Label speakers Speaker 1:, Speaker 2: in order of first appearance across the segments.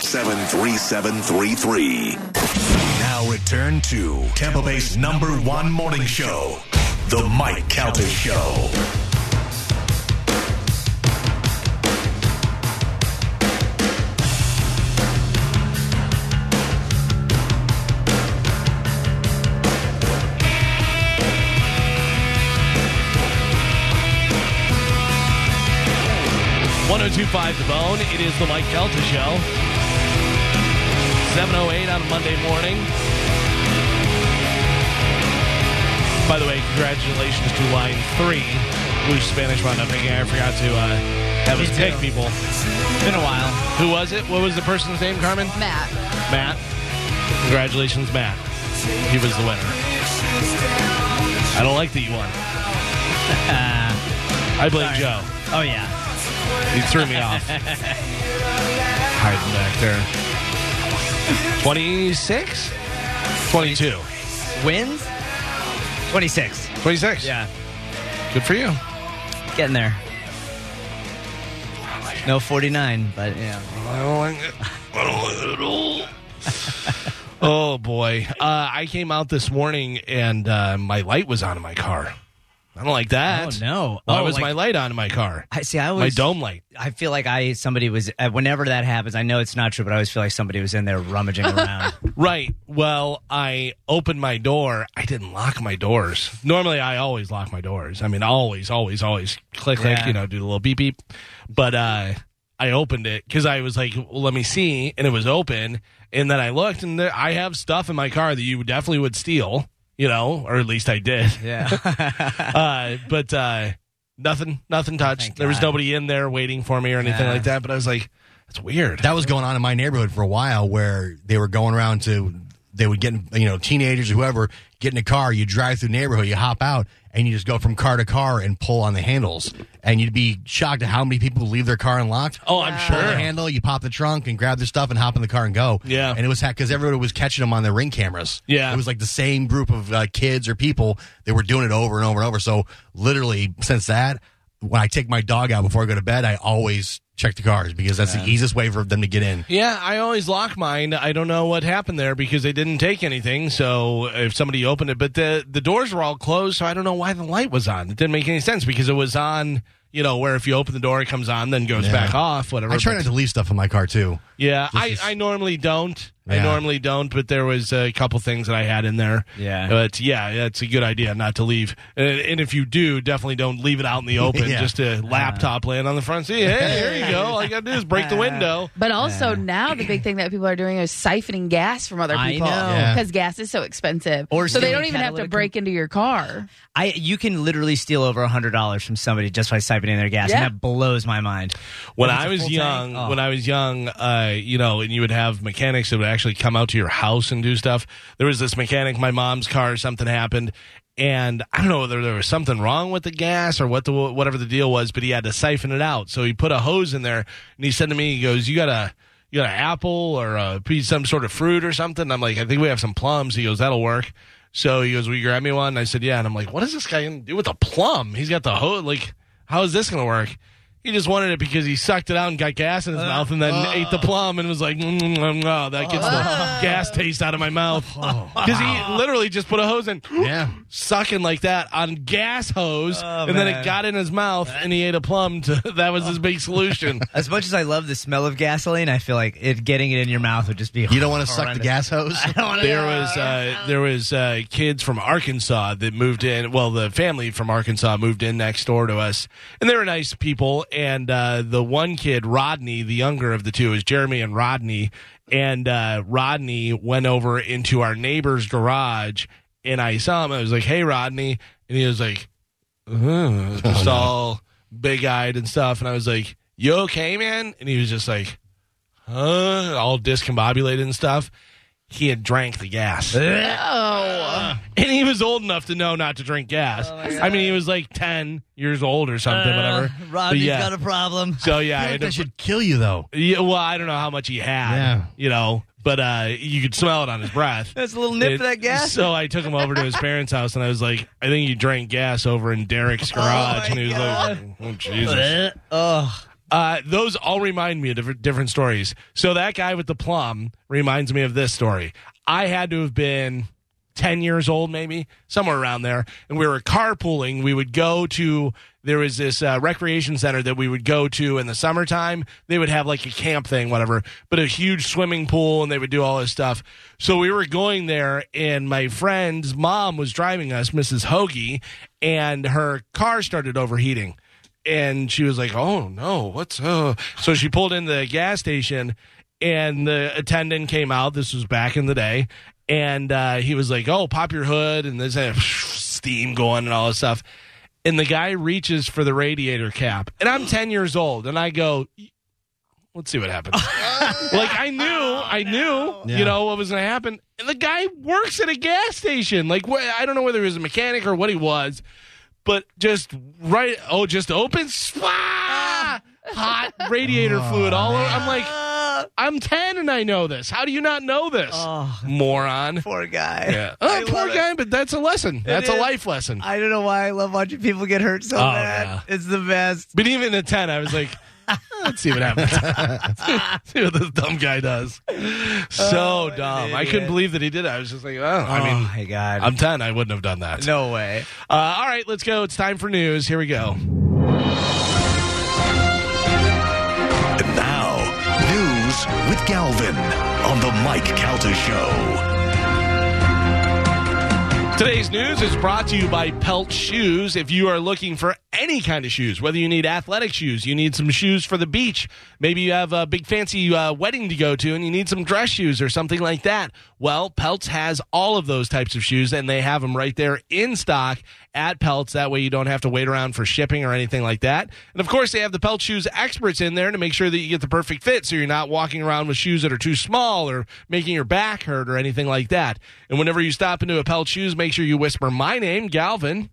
Speaker 1: Seven three seven three three.
Speaker 2: Now return to Tampa Bay's number one morning show, The Mike Calter Show.
Speaker 3: One zero two five The Bone. It is the Mike Kelta Show. 7.08 on a Monday morning. By the way, congratulations to Line 3, whose Spanish wound up making. I forgot to uh, have us pick people. Been a while. Who was it? What was the person's name, Carmen?
Speaker 4: Matt.
Speaker 3: Matt. Congratulations, Matt. He was the winner. I don't like that you won. I blame
Speaker 5: Sorry.
Speaker 3: Joe.
Speaker 5: Oh yeah,
Speaker 3: He threw me off. Hiding back there. 26? 22.
Speaker 5: wins. Twenty six.
Speaker 3: 26.
Speaker 5: Yeah,
Speaker 3: Good for you.
Speaker 5: getting there. No forty nine, but yeah.
Speaker 3: I don't like it. I don't like it at all. oh, boy. Uh, I came out this morning and uh, my light was on in my car. I don't like that.
Speaker 5: oh no!
Speaker 3: Why
Speaker 5: oh,
Speaker 3: was
Speaker 5: like-
Speaker 3: my light on in my car?
Speaker 5: I see. I
Speaker 3: My
Speaker 5: always.
Speaker 3: dome light.
Speaker 5: I feel like I somebody was. Uh, whenever that happens, I know it's not true, but I always feel like somebody was in there rummaging around.
Speaker 3: Right. Well, I opened my door. I didn't lock my doors. Normally, I always lock my doors. I mean, always, always, always click, click,
Speaker 5: Yeah.
Speaker 3: you know, do the little beep, beep. But uh, I opened it because I was like, well, let me see. And it was open. And then I looked, and there, I have stuff in my car that you definitely would steal, you know, or at least I did.
Speaker 5: yeah. Oh,
Speaker 3: uh, but uh, nothing, nothing touched.
Speaker 5: Thank
Speaker 3: there was
Speaker 5: God.
Speaker 3: nobody in there waiting for me or anything
Speaker 5: Yeah.
Speaker 3: like that. But I was like, that's weird.
Speaker 6: that was going on in my neighborhood for a while where they were going around to they would get in- you know teenagers whoever get in a car you drive through neighborhood you hop out and you just go from car to car and pull on the handles and you'd be shocked at how many people leave their car unlocked
Speaker 3: oh, I'm
Speaker 6: Pull the
Speaker 3: sure.
Speaker 6: handle, you pop the trunk and grab their stuff and hop in the car and go.
Speaker 3: Yeah.
Speaker 6: and it was because everybody was catching them on their ring cameras.
Speaker 3: Yeah.
Speaker 6: it was like the same group of uh, kids or people that were doing it over and over and over. So literally, since that, when I take my dog out before I go to bed, I always check the cars because that's the easiest way for them to get in.
Speaker 3: Yeah, I always lock mine. I don't know what happened there because they didn't take anything. So if somebody opened it, but the the doors were all closed, so I don't know why the light was on. It didn't make any sense because it was on. You know, where if you open the door, it comes on, then goes
Speaker 6: Yeah.
Speaker 3: back off. Whatever.
Speaker 6: I try
Speaker 3: but-
Speaker 6: not to leave stuff in my car too.
Speaker 3: yeah, I,
Speaker 6: is-
Speaker 3: I normally don't. I
Speaker 6: Yeah.
Speaker 3: normally don't, but there was a couple things that I had in there.
Speaker 5: Yeah.
Speaker 3: But yeah, it's a good idea not to leave. And, and if you do, definitely don't leave it out in the open.
Speaker 6: Yeah. Uh-huh.
Speaker 3: Just a laptop laying on the front seat. Hey, here you go. All you got to do is break the window.
Speaker 4: But also now the big thing that people are doing is siphoning gas from other
Speaker 5: I
Speaker 4: people
Speaker 5: know.
Speaker 6: Yeah.
Speaker 4: because gas is so expensive.
Speaker 5: Or
Speaker 4: so they
Speaker 5: stealing
Speaker 4: don't even have to
Speaker 5: catalytic
Speaker 4: break into your car.
Speaker 5: I you can literally steal over hundred dollars from somebody just by siphoning in their gas,
Speaker 4: Yeah.
Speaker 5: and that blows my mind.
Speaker 3: when
Speaker 5: If it's
Speaker 3: I
Speaker 5: a
Speaker 3: was
Speaker 5: full
Speaker 3: young,
Speaker 5: tank, oh.
Speaker 3: when I was young, uh, you know, and you would have mechanics that would actually come out to your house and do stuff. There was this mechanic, my mom's car, something happened, and I don't know whether there was something wrong with the gas or what the whatever the deal was, but he had to siphon it out. So he put a hose in there, and he said to me, he goes, "You got a." You got an apple or a piece, some sort of fruit or something. I'm like, I think we have some plums. He goes, that'll work. So he goes, will you grab me one? And I said, yeah. And I'm like, what is this guy gonna do with a plum? He's got the hose. Like, how is this gonna work? He just wanted it because he sucked it out and got gas in
Speaker 5: Uh,
Speaker 3: his mouth and then ate the plum and was like, mm, mm, mm, oh, that gets the
Speaker 5: Uh.
Speaker 3: gas taste out of my mouth.
Speaker 5: Oh,
Speaker 3: Because he literally just put a hose in,
Speaker 6: Yeah,
Speaker 3: sucking like that on gas hose,
Speaker 5: Oh,
Speaker 3: and then it
Speaker 5: man.
Speaker 3: got in his mouth and he ate a plum. To, that was his big solution.
Speaker 5: As much as I love the smell of gasoline, I feel like it getting it in your mouth would just be.
Speaker 6: you don't want to suck the
Speaker 5: horrendous.
Speaker 6: gas hose.
Speaker 3: there was uh, there was uh, kids from Arkansas that moved in. Well, the family from Arkansas moved in next door to us, and they were nice people. And uh, the one kid, Rodney, the younger of the two, is Jeremy and Rodney. And uh, Rodney went over into our neighbor's garage, and I saw him. I was like, "Hey, Rodney," and he was like, "Ugh," just all big eyed and stuff. And I was like, "You okay, man?" And he was just like. uh, all discombobulated and stuff. He had drank the gas.
Speaker 4: Oh,
Speaker 3: And he was old enough to know not to drink gas.
Speaker 5: Oh,
Speaker 3: I mean, he was like 10 years old or something, whatever.
Speaker 5: Rob,
Speaker 3: But
Speaker 5: you've
Speaker 3: yeah.
Speaker 5: Uh, got a problem.
Speaker 3: So, yeah. I
Speaker 6: I
Speaker 3: had
Speaker 6: think
Speaker 3: to-
Speaker 6: that should kill you though.
Speaker 3: yeah, well, I don't know how much he had,
Speaker 6: Yeah.
Speaker 3: you know, but uh, you could smell it on his breath.
Speaker 5: That's a little nip
Speaker 3: It-
Speaker 5: of that gas.
Speaker 3: So I took him over to his parents' house, and I was like, "I think you drank gas over in Derek's garage." and he was like, "Oh Jesus!"
Speaker 5: oh,
Speaker 3: Uh, those all remind me of different, different stories. So that guy with the plum reminds me of this story. I had to have been ten years old, maybe somewhere around there, and we were carpooling. We would go to there was this uh, recreation center that we would go to in the summertime. They would have like a camp thing, whatever, but a huge swimming pool, and they would do all this stuff. So we were going there, and my friend's mom was driving us, Mrs. Hoagie, and her car started overheating and she was like, "Oh no, what's uh?" So she pulled in the gas station, and the attendant came out. This was back in the day, and uh, he was like, "Oh, pop your hood," and there's a steam going and all this stuff. And the guy reaches for the radiator cap, and I'm ten years old, and I go, "Let's see what happens." like I knew, I knew,
Speaker 6: Yeah.
Speaker 3: you know what was going to happen. And the guy works at a gas station. Like wh- I don't know whether he was a mechanic or what he was but just right oh just open ah, hot radiator
Speaker 5: Oh,
Speaker 3: fluid all over i'm like i'm 10 and i know this how do you not know this
Speaker 5: Oh.
Speaker 3: moron
Speaker 5: poor guy.
Speaker 3: yeah. oh,
Speaker 5: I
Speaker 3: poor
Speaker 5: love it.
Speaker 3: guy but that's a lesson that's a
Speaker 5: is.
Speaker 3: life lesson
Speaker 5: I don't know why I love watching people get hurt so
Speaker 3: Oh,
Speaker 5: bad.
Speaker 3: yeah.
Speaker 5: It's the best.
Speaker 3: but even at 10 i was like let's see what happens see what this dumb guy does so
Speaker 5: Oh, what an
Speaker 3: dumb i
Speaker 5: idiot.
Speaker 3: couldn't believe that he did it i was just like oh, i
Speaker 5: oh
Speaker 3: mean
Speaker 5: my god.
Speaker 3: i'm 10 i wouldn't have done that
Speaker 5: no way.
Speaker 3: Uh, all right, let's go. It's time for news. Here we go.
Speaker 1: And now, news with Galvin on the Mike Calta Show.
Speaker 3: Today's news is brought to you by Pelt Shoes. If you are looking for any kind of shoes, whether you need athletic shoes, you need some shoes for the beach, maybe you have a big fancy uh, wedding to go to and you need some dress shoes or something like that, well, Pelts has all of those types of shoes and they have them right there in stock at Pelts. That way you don't have to wait around for shipping or anything like that. And of course, they have the Pelt Shoes experts in there to make sure that you get the perfect fit so you're not walking around with shoes that are too small or making your back hurt or anything like that. And whenever you stop into a Pelt Shoes, make sure you whisper my name, Galvin.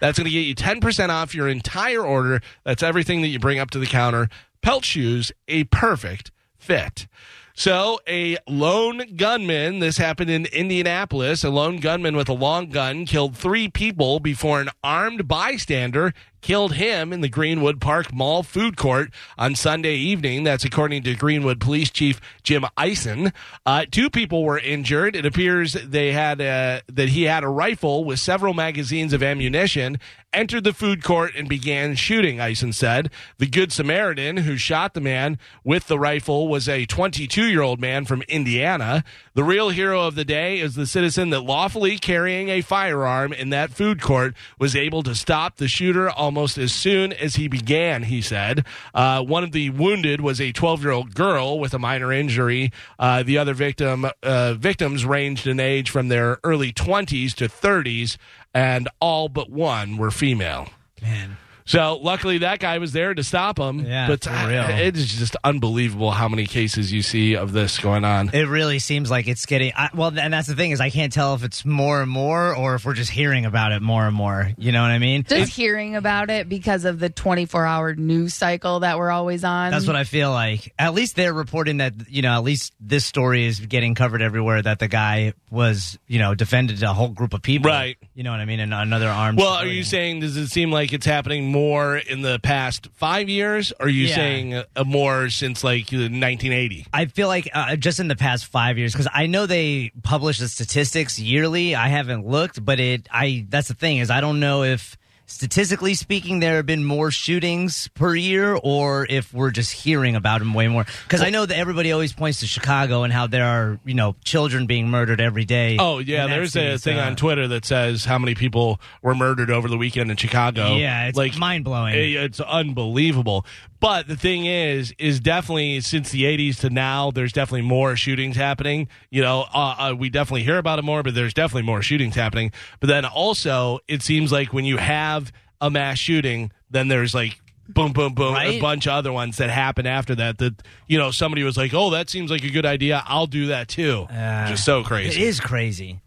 Speaker 3: That's going to get you 10% off your entire order. That's everything that you bring up to the counter. Pelt shoes, a perfect fit. So, a lone gunman, this happened in Indianapolis. A lone gunman with a long gun killed three people before an armed bystander killed him in the Greenwood Park Mall food court on Sunday evening. That's according to Greenwood Police Chief Jim Ison. Uh, two people were injured. It appears they had uh that he had a rifle with several magazines of ammunition, entered the food court and began shooting. Ison said the Good Samaritan who shot the man with the rifle was a 22 year old man from Indiana. The real hero of the day is the citizen that lawfully carrying a firearm in that food court was able to stop the shooter almost as soon as he began, he said. Uh, one of the wounded was a 12 year old girl with a minor injury. Uh, the other victim uh, victims ranged in age from their early 20s to 30s, and all but one were female.
Speaker 5: Man.
Speaker 3: So luckily that guy was there to stop him.
Speaker 5: Yeah,
Speaker 3: but
Speaker 5: for real.
Speaker 3: it is just unbelievable how many cases you see of this going on.
Speaker 5: It really seems like it's getting I, well, and that's the thing is I can't tell if it's more and more or if we're just hearing about it more and more. You know what I mean?
Speaker 4: just hearing about it because of the 24-hour news cycle that we're always on.
Speaker 5: That's what I feel like. At least they're reporting that you know. At least this story is getting covered everywhere. That the guy was you know defended a whole group of people.
Speaker 3: Right.
Speaker 5: You know what I mean? And another armed.
Speaker 3: Well, are
Speaker 5: civilian.
Speaker 3: you saying does it seem like it's happening more in the past five years? Or are you
Speaker 5: Yeah.
Speaker 3: saying uh, more since like 1980?
Speaker 5: I feel like uh, just in the past five years, because I know they publish the statistics yearly. I haven't looked, but it. I that's the thing is I don't know if statistically speaking there have been more shootings per year or if we're just hearing about them way more because i know that everybody always points to chicago and how there are you know children being murdered every day
Speaker 3: Oh yeah,
Speaker 5: in that
Speaker 3: there's
Speaker 5: city,
Speaker 3: a thing
Speaker 5: so-
Speaker 3: on Twitter that says how many people were murdered over the weekend in Chicago.
Speaker 5: Yeah, it's mind-blowing.
Speaker 3: it- It's unbelievable. But the thing is, is definitely since the '80s to now, there's definitely more shootings happening. You know, uh, uh, we definitely hear about it more, but there's definitely more shootings happening. But then also, it seems like when you have a mass shooting, then there's like boom, boom, boom, a
Speaker 5: Right?
Speaker 3: bunch of other ones that happened after that. That you know, somebody was like, "Oh, that seems like a good idea. I'll do that too." Just so
Speaker 5: It
Speaker 3: crazy.
Speaker 5: is crazy.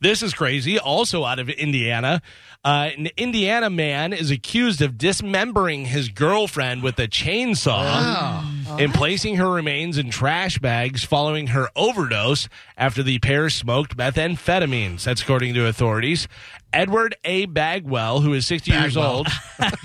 Speaker 3: This is crazy. Also out of Indiana, uh, an Indiana man is accused of dismembering his girlfriend with a chainsaw and placing her remains in trash bags following her overdose after the pair smoked methamphetamines. That's according to authorities. Edward A. Bagwell, who is 60 years old,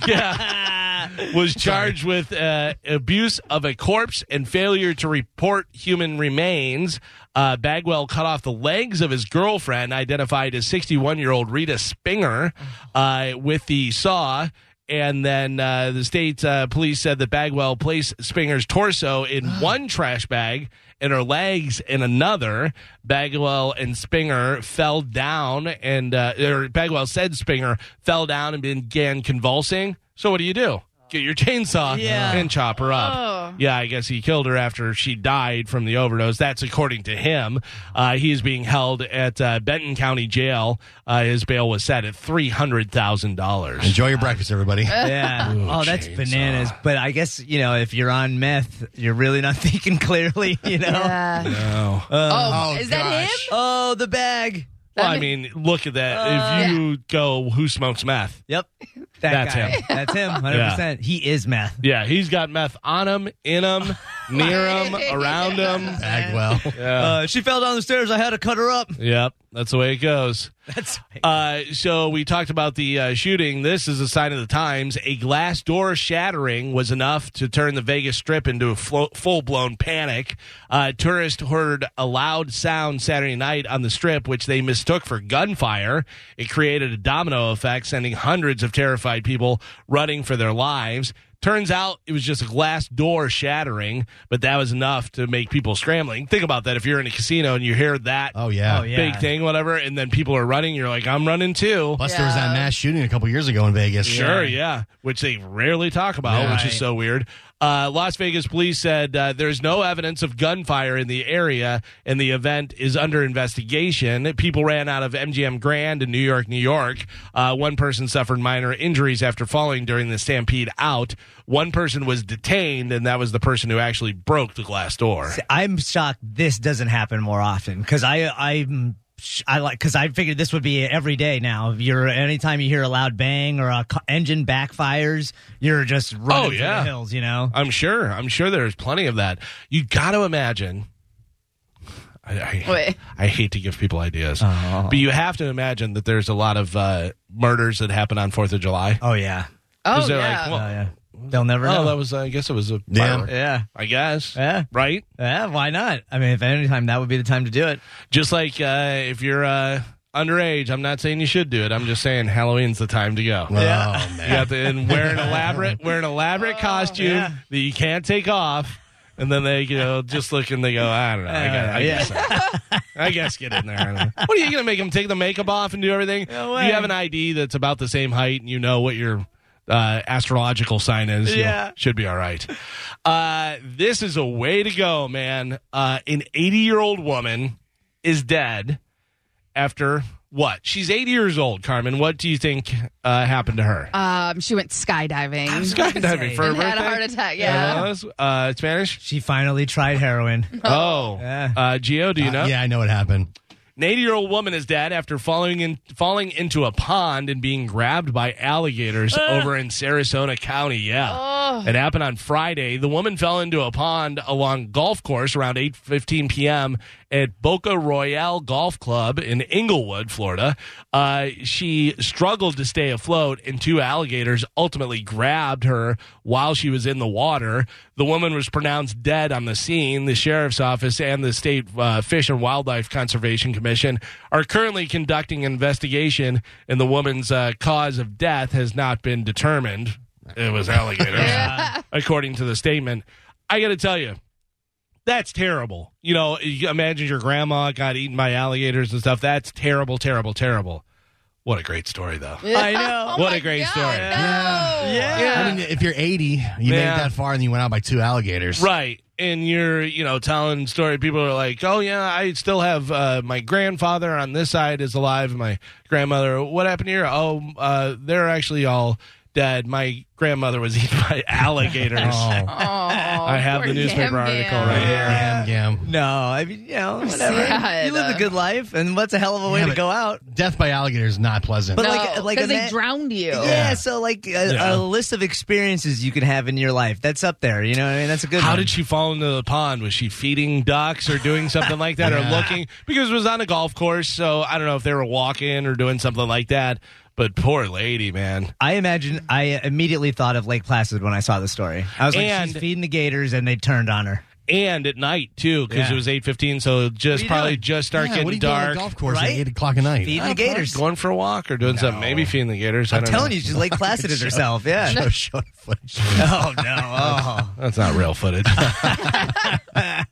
Speaker 3: yeah, was charged with uh, abuse of a corpse and failure to report human remains. Uh, Bagwell cut off the legs of his girlfriend, identified as 61 year old Rita Spinger, uh, with the saw. And then uh, the state uh, police said that Bagwell placed Spinger's torso in one trash bag and her legs in another. Bagwell and Spinger fell down, and uh, or Bagwell said Spinger fell down and began convulsing. So what do you do? Get your chainsaw
Speaker 5: Yeah.
Speaker 3: and chop her up.
Speaker 4: Oh.
Speaker 3: Yeah, I guess he killed her after she died from the overdose. That's according to him. Uh, he is being held at uh, Benton County Jail. Uh, his bail was set at three hundred thousand dollars.
Speaker 6: Enjoy your breakfast, everybody.
Speaker 4: Uh,
Speaker 5: Yeah. oh, that's bananas. But I guess, you know, if you're on meth, you're really not thinking clearly, you know?
Speaker 4: Yeah. oh,
Speaker 6: Oh,
Speaker 4: is that him?
Speaker 6: gosh.
Speaker 5: Oh, the bag.
Speaker 3: Well, I mean, look at that. if you go, who smokes meth?
Speaker 5: Yep. That
Speaker 3: That's
Speaker 5: guy.
Speaker 3: him.
Speaker 5: That's him. 100%. He is meth.
Speaker 3: Yeah, he's got meth on him, in him, near him, around him.
Speaker 6: Bagwell.
Speaker 5: Uh, she fell down the stairs. I had to cut her up.
Speaker 3: Yep, that's the way it goes.
Speaker 5: That's
Speaker 3: Uh, so we talked about the uh, shooting. This is a sign of the times. A glass door shattering was enough to turn the Vegas Strip into a flo- full-blown panic. Uh, tourists heard a loud sound Saturday night on the Strip, which they mistook for gunfire. It created a domino effect, sending hundreds of terrified people running for their lives. Turns out it was just a glass door shattering, but that was enough to make people scrambling. Think about that. If you're in a casino and you hear that
Speaker 6: Oh, yeah.
Speaker 5: Oh, yeah.
Speaker 3: big thing, whatever, and then people are running. You're like, I'm running too.
Speaker 6: Plus, there was that mass shooting a couple years ago in Vegas.
Speaker 3: Sure, yeah, which they rarely talk about, which
Speaker 5: Right.
Speaker 3: is so weird. Uh, Las Vegas police said uh, there's no evidence of gunfire in the area, and the event is under investigation. People ran out of MGM Grand in New York, New York. Uh, one person suffered minor injuries after falling during the stampede out. One person was detained, and that was the person who actually broke the glass door.
Speaker 5: I'm shocked this doesn't happen more often because I I'm sh- I like because I figured this would be every day now. If you're anytime you hear a loud bang or a ca- engine backfires, you're just running
Speaker 3: Oh, yeah.
Speaker 5: for the hills. You know,
Speaker 3: I'm sure. I'm sure there's plenty of that. You got to imagine. I, I,
Speaker 4: Wait.
Speaker 3: I hate to give people ideas, but you have to imagine that there's a lot of uh, murders that happen on Fourth of July.
Speaker 5: oh yeah,
Speaker 4: Oh,
Speaker 3: Is there,
Speaker 4: yeah.
Speaker 3: like,
Speaker 5: oh
Speaker 3: well,
Speaker 5: yeah, they'll never know.
Speaker 3: oh, that was. Uh, I guess it was a.
Speaker 6: Yeah.
Speaker 3: firework.
Speaker 5: yeah,
Speaker 3: I guess.
Speaker 5: Yeah.
Speaker 3: Right.
Speaker 5: yeah. Why not? I mean, if any time that would be the time to do it.
Speaker 3: Just like uh, if you're uh, underage, I'm not saying you should do it. I'm just saying Halloween's the time to go.
Speaker 6: Yeah.
Speaker 3: You have to and wear an elaborate wear an elaborate costume
Speaker 5: Oh, yeah.
Speaker 3: that you can't take off, and then they you know just look and they go, I don't know, I, guess, I,
Speaker 5: yeah.
Speaker 3: guess, so. I guess get in there. I don't know. What are you gonna make them take the makeup off and do everything?
Speaker 5: No
Speaker 3: you
Speaker 5: way.
Speaker 3: have an ID that's about the same height, and you know what your uh, astrological sign is. you'll-
Speaker 5: Yeah.
Speaker 3: should be all right. Uh, this is a way to go, man. Uh, an 80 year old woman is dead after what? She's 80 years old, Carmen. What do you think uh, happened to her?
Speaker 4: Um, she went skydiving.
Speaker 3: Skydiving for her
Speaker 4: and had a
Speaker 3: birthday?
Speaker 4: heart attack. Yeah.
Speaker 3: Uh, Spanish?
Speaker 5: She finally tried heroin.
Speaker 3: Oh.
Speaker 5: Yeah.
Speaker 3: Uh, Gio, do you know?
Speaker 6: Uh, yeah, I know what happened.
Speaker 3: An 80 year old woman is dead after falling, in, falling into a pond and being grabbed by alligators over in Sarasota County. Yeah. It happened on Friday. The woman fell into a pond along golf course around 8:15 p.m. at Boca Royale Golf Club in Inglewood, Florida. Uh, she struggled to stay afloat, and two alligators ultimately grabbed her while she was in the water. The woman was pronounced dead on the scene. The sheriff's office and the state uh, Fish and Wildlife Conservation Commission are currently conducting an investigation, and the woman's uh, cause of death has not been determined. It was alligators, according to the statement. I got to tell you, that's terrible. You know, you imagine your grandma got eaten by alligators and stuff. That's terrible, terrible, terrible. What a great story, though.
Speaker 5: I
Speaker 4: Oh
Speaker 5: know.
Speaker 3: what a great story.
Speaker 4: No.
Speaker 5: Yeah.
Speaker 6: I mean, if you're 80, you made it
Speaker 3: Yeah.
Speaker 6: that far and you went out by two alligators.
Speaker 3: Right. And you're, you know, telling story. People are like, oh, yeah, I still have uh, my grandfather on this side is alive. and My grandmother, what happened here? Oh, uh, they're actually all Dad, my grandmother was eaten by alligators.
Speaker 6: Oh,
Speaker 3: I have the newspaper article right here.
Speaker 6: damn, damn.
Speaker 5: No, I mean, you know, whatever.
Speaker 4: sad.
Speaker 5: You live a good life, and what's a hell of a way
Speaker 6: Yeah,
Speaker 5: to
Speaker 6: but-
Speaker 5: go out?
Speaker 6: Death by alligator is not pleasant.
Speaker 5: But-
Speaker 4: No,
Speaker 5: Like-
Speaker 4: because
Speaker 5: like a
Speaker 4: they
Speaker 5: net-
Speaker 4: drowned you.
Speaker 5: Yeah, so like a,
Speaker 3: Yeah.
Speaker 5: a list of experiences you can have in your life. That's up there. You know what I mean? That's a good
Speaker 3: How
Speaker 5: one.
Speaker 3: did she fall into the pond? Was she feeding ducks or doing something like that or looking? Because it was on a golf course, so I don't know if they were walking or doing something like that. But poor lady, man.
Speaker 5: I imagine I immediately thought of Lake Placid when I saw the story. I was like,
Speaker 3: And-
Speaker 5: she's feeding the gators, and they turned on her.
Speaker 3: And at night too, because
Speaker 5: Yeah.
Speaker 3: it was eight fifteen, so just
Speaker 5: you
Speaker 3: probably
Speaker 5: doing?
Speaker 3: just start
Speaker 6: yeah, what
Speaker 3: getting
Speaker 6: do you do on a
Speaker 3: dark.
Speaker 6: golf course
Speaker 5: right?
Speaker 6: at eight o'clock at night?
Speaker 5: Feeding the
Speaker 3: Uh,
Speaker 5: gators.
Speaker 3: going for a walk or doing something, maybe feeding the gators. I
Speaker 5: I'm
Speaker 3: don't
Speaker 5: telling
Speaker 3: know.
Speaker 5: you, she's Lake Placid herself. Yeah.
Speaker 6: Show, show the footage.
Speaker 5: Oh no. Oh.
Speaker 3: That's not real footage. I got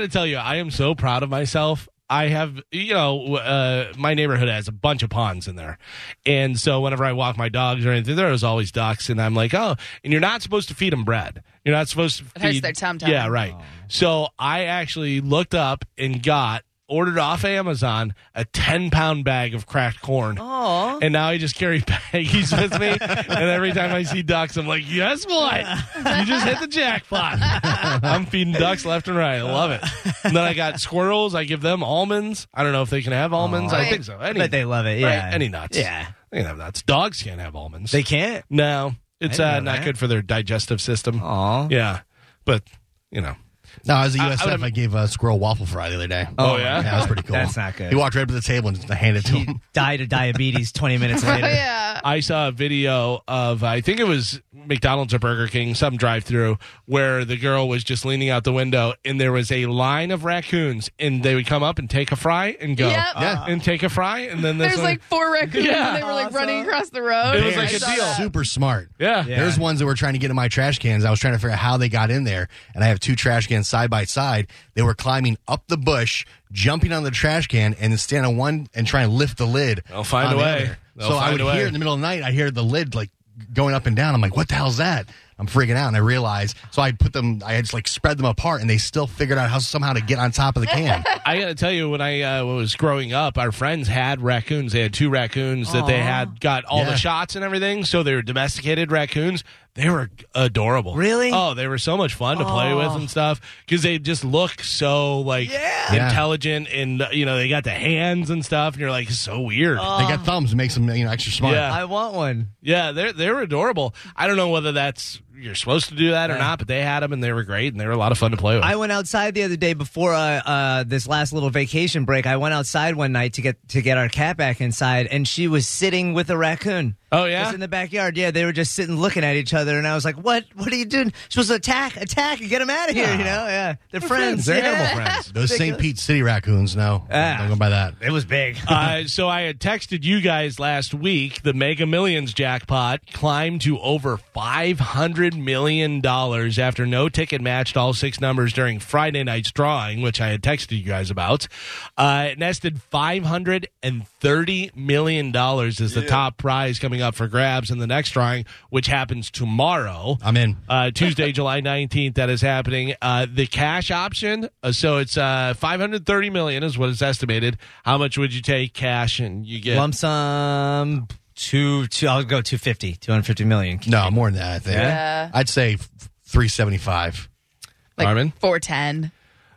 Speaker 3: to tell you, I am so proud of myself. I have, you know, uh, my neighborhood has a bunch of ponds in there. And so whenever I walk my dogs or anything, there's always ducks. And I'm like, oh, and you're not supposed to feed them bread. You're not supposed to
Speaker 4: It
Speaker 3: feed.
Speaker 4: hurts their tum-tum.
Speaker 3: Yeah, right. So I actually looked up and got, ordered off Amazon, a 10 pound bag of cracked corn.
Speaker 5: Aw.
Speaker 3: And now I just carry baggies with me. and every time I see ducks, I'm like, yes, boy, you just hit the jackpot. I'm feeding ducks left and right. I love it. And then I got squirrels. I give them almonds. I don't know if they can have almonds. I think so. Any,
Speaker 5: But they love it. Yeah.
Speaker 3: right? Any nuts.
Speaker 5: Yeah.
Speaker 3: They can have nuts. Dogs can't have almonds.
Speaker 5: They can't.
Speaker 3: no, it's
Speaker 5: I
Speaker 3: uh,
Speaker 5: didn't know
Speaker 3: not
Speaker 5: that.
Speaker 3: good for their digestive system.
Speaker 5: Aw.
Speaker 3: Yeah. But, you know.
Speaker 6: No, I was a
Speaker 3: I- I
Speaker 6: USF. I,
Speaker 3: would've-
Speaker 6: gave a squirrel waffle fry the other day.
Speaker 3: Oh, yeah?
Speaker 6: that was pretty cool.
Speaker 5: That's not good.
Speaker 6: He walked right up to the table and just handed it to
Speaker 5: He
Speaker 6: him.
Speaker 5: died of diabetes 20 minutes
Speaker 4: Oh,
Speaker 5: later.
Speaker 4: yeah.
Speaker 3: I saw a video of I think it was McDonald's or Burger King, some drive-through, where the girl was just leaning out the window, and there was a line of raccoons, and they would come up and take a fry and go,
Speaker 4: Yep.
Speaker 6: Yeah.
Speaker 3: and take a fry, and then this
Speaker 4: There's
Speaker 3: one-
Speaker 4: like four raccoons
Speaker 3: Yeah.
Speaker 4: and they were like running
Speaker 5: Awesome.
Speaker 4: across the road.
Speaker 3: It was
Speaker 4: I
Speaker 3: like a
Speaker 4: saw
Speaker 3: deal.
Speaker 4: that.
Speaker 6: Super smart.
Speaker 3: yeah,
Speaker 5: Yeah.
Speaker 6: There's ones that were trying to get in my trash cans. I was trying to figure out how they got in there, and I have two trash cans side by side. They were climbing up the bush, jumping on the trash can, and then stand on one and try and lift the lid.
Speaker 3: They'll find
Speaker 6: on
Speaker 3: a
Speaker 6: the
Speaker 3: way.
Speaker 6: other.
Speaker 3: They'll
Speaker 6: So I
Speaker 3: find
Speaker 6: would
Speaker 3: a way.
Speaker 6: hear in the middle of the night. I hear the lid like going up and down. I'm like, "What the hell's that?" I'm freaking out, and I realize. So I put them. I had just like spread them apart, and they still figured out how somehow to get on top of the can.
Speaker 3: I got to tell you, when I uh, was growing up, our friends had raccoons. They had two raccoons that they had got all
Speaker 6: Yeah.
Speaker 3: the shots and everything, so they were domesticated raccoons. They were adorable.
Speaker 5: Really?
Speaker 3: Oh, they were so much fun to play with and stuff because they just look so like
Speaker 6: Yeah.
Speaker 3: intelligent and uh, you know they got the hands and stuff, and you're like so weird.
Speaker 6: They got thumbs. It makes them you know extra smart.
Speaker 3: Yeah.
Speaker 5: I want one.
Speaker 3: Yeah, they're they're adorable. I don't know whether that's you're supposed to do that or not, but they had them and they were great and they were a lot of fun to play with.
Speaker 5: I went outside the other day before uh, uh, this last little vacation break. I went outside one night to get to get our cat back inside, and she was sitting with a raccoon.
Speaker 3: Oh, yeah?
Speaker 5: just in the backyard. Yeah, they were just sitting looking at each other, and I was like, "What? What are you doing? Supposed to attack, attack, and get them out of here? You know? Yeah, they're, friends.
Speaker 3: They're
Speaker 5: yeah.
Speaker 3: animal friends.
Speaker 6: Those St. Pete City raccoons. No,
Speaker 5: Ah.
Speaker 6: don't go by that.
Speaker 5: It was big.
Speaker 3: uh, so I had texted you guys last week. The Mega Millions jackpot climbed to over five hundred million dollars after no ticket matched all six numbers during Friday night's drawing, which I had texted you guys about. Uh, it nested five hundred and thirty million dollars as the top prize coming up for grabs in the next drawing, which happens tomorrow.
Speaker 6: I'm in.
Speaker 3: Uh, Tuesday, July 19th, that is happening. Uh, the cash option, uh, so it's uh, 530 million is what it's estimated. How much would you take cash and you get?
Speaker 5: Lump sum two two. I'll go 250, 250 million.
Speaker 6: No, more than that. I think.
Speaker 4: Yeah.
Speaker 6: I'd say three seventy five.
Speaker 4: Like
Speaker 3: Carmen?
Speaker 4: 410.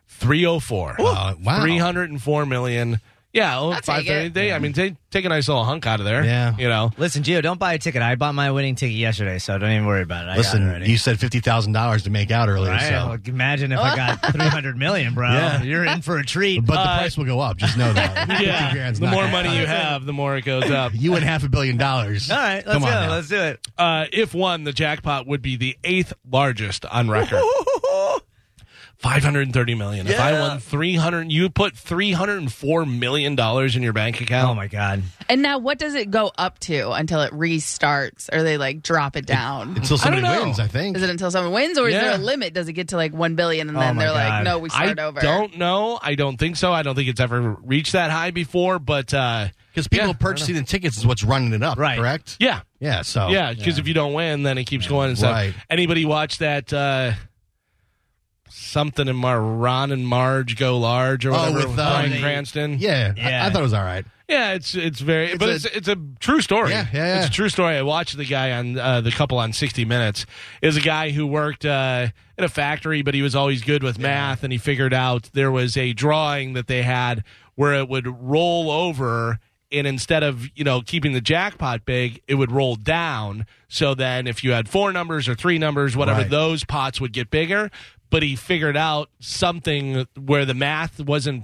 Speaker 3: 304.
Speaker 6: Uh, wow.
Speaker 3: 304 million. Yeah, oh,
Speaker 4: take
Speaker 3: 530.
Speaker 4: it.
Speaker 3: They, I mean, they take a nice little hunk out of there.
Speaker 6: Yeah.
Speaker 3: You know,
Speaker 5: Listen, Gio, don't buy a ticket. I bought my winning ticket yesterday, so don't even worry about it. I got it
Speaker 6: Listen,
Speaker 5: already.
Speaker 6: you said fifty thousand dollars to make out earlier,
Speaker 5: Right,
Speaker 6: so
Speaker 5: well, imagine if I got 300 million, bro.
Speaker 6: Yeah.
Speaker 5: You're in for a treat.
Speaker 6: but the price will go up. Just know that. 50
Speaker 3: uh, yeah.
Speaker 6: grand's
Speaker 3: The
Speaker 6: not
Speaker 3: more
Speaker 6: gonna
Speaker 3: money
Speaker 6: cut
Speaker 3: you
Speaker 6: it.
Speaker 3: have, the more it goes up.
Speaker 6: you and half a billion dollars.
Speaker 5: All right, let's
Speaker 6: come
Speaker 5: go.
Speaker 6: on. now.
Speaker 5: Let's do it.
Speaker 3: Uh, if won, the jackpot would be the eighth largest on record. 530 million. If I won 300, you put 304 million dollars in your bank account.
Speaker 5: Oh my god.
Speaker 4: And now what does it go up to until it restarts or they like drop it down?
Speaker 6: Until somebody
Speaker 3: I don't know.
Speaker 6: wins, I think.
Speaker 4: Is it until someone wins or is there
Speaker 3: Yeah.
Speaker 4: a limit? Does it get to like 1 billion and then
Speaker 5: my
Speaker 4: they're
Speaker 5: God.
Speaker 4: like, no, we
Speaker 3: I
Speaker 4: start over?
Speaker 3: don't know. I don't think so. I don't think it's ever reached that high before, but uh,
Speaker 6: Because people
Speaker 3: Yeah, I don't
Speaker 6: purchasing the tickets is what's running it up,
Speaker 5: Right.
Speaker 6: correct?
Speaker 3: yeah.
Speaker 6: Oh, Yeah, so
Speaker 3: Yeah, because if you don't win, then it keeps going and stuff.
Speaker 6: Right.
Speaker 3: Anybody watch that uh, something in Mar Ron and Marge go large or
Speaker 6: Oh,
Speaker 3: whatever
Speaker 6: with,
Speaker 3: with
Speaker 6: uh,
Speaker 3: Bryan
Speaker 6: they-
Speaker 3: Cranston?
Speaker 6: Yeah, I- I,
Speaker 5: Yeah.
Speaker 6: thought it was all right.
Speaker 3: Yeah, it's it's very, but
Speaker 6: a-
Speaker 3: it's it's a true story.
Speaker 6: Yeah, yeah, yeah.
Speaker 3: It's a true story. I watched the guy on uh, the couple on 60 Minutes. Is a guy who worked uh, in a factory, but he was always good with math, and he figured out there was a drawing that they had where it would roll over. And instead of you know keeping the jackpot big, it would roll down. So then, if you had four numbers or three numbers, whatever,
Speaker 6: Right.
Speaker 3: those pots would get bigger. But he figured out something where the math wasn't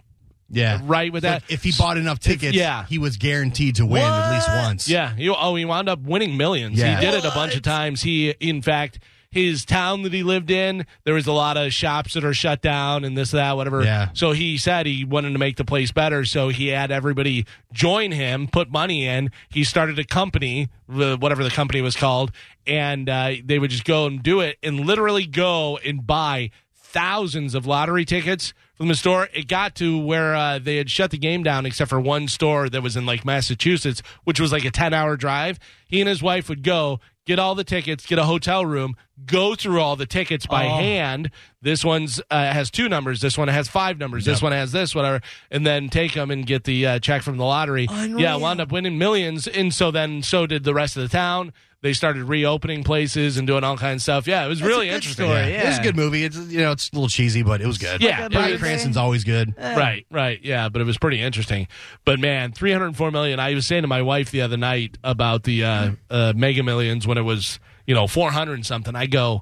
Speaker 6: Yeah,
Speaker 3: right with that.
Speaker 6: But if he bought enough tickets,
Speaker 3: yeah.
Speaker 6: he was guaranteed to win at least once.
Speaker 3: Yeah. He, oh, he wound up winning millions.
Speaker 6: Yeah.
Speaker 3: He did it a bunch of times. He, in fact, his town that he lived in, there was a lot of shops that are shut down and this, that, whatever.
Speaker 6: Yeah.
Speaker 3: So he said he wanted to make the place better. So he had everybody join him, put money in. He started a company, the- whatever the company was called, and uh, they would just go and do it and literally go and buy thousands of lottery tickets from the store. It got to where uh, they had shut the game down except for one store that was in like Massachusetts, which was like a 10 hour drive. He and his wife would go. Get all the tickets, get a hotel room, go through all the tickets by hand. This one's uh, has two numbers. This one has five numbers. This one has this, whatever, and then take them and get the uh, check from the lottery. Yeah, wound up winning millions, and so then so did the rest of the town. They started reopening places and doing all kinds of stuff. Yeah, it was really interesting.
Speaker 5: story.
Speaker 6: It was a good movie. It's you know, it's a little cheesy, but it was good.
Speaker 3: Yeah, it
Speaker 6: Brian
Speaker 3: was-
Speaker 6: Cranston's always good.
Speaker 3: Right, right, yeah, but it was pretty interesting. But man, three hundred four million. I was saying to my wife the other night about the uh, uh, Mega Millions when it was you know four hundred and something. I go,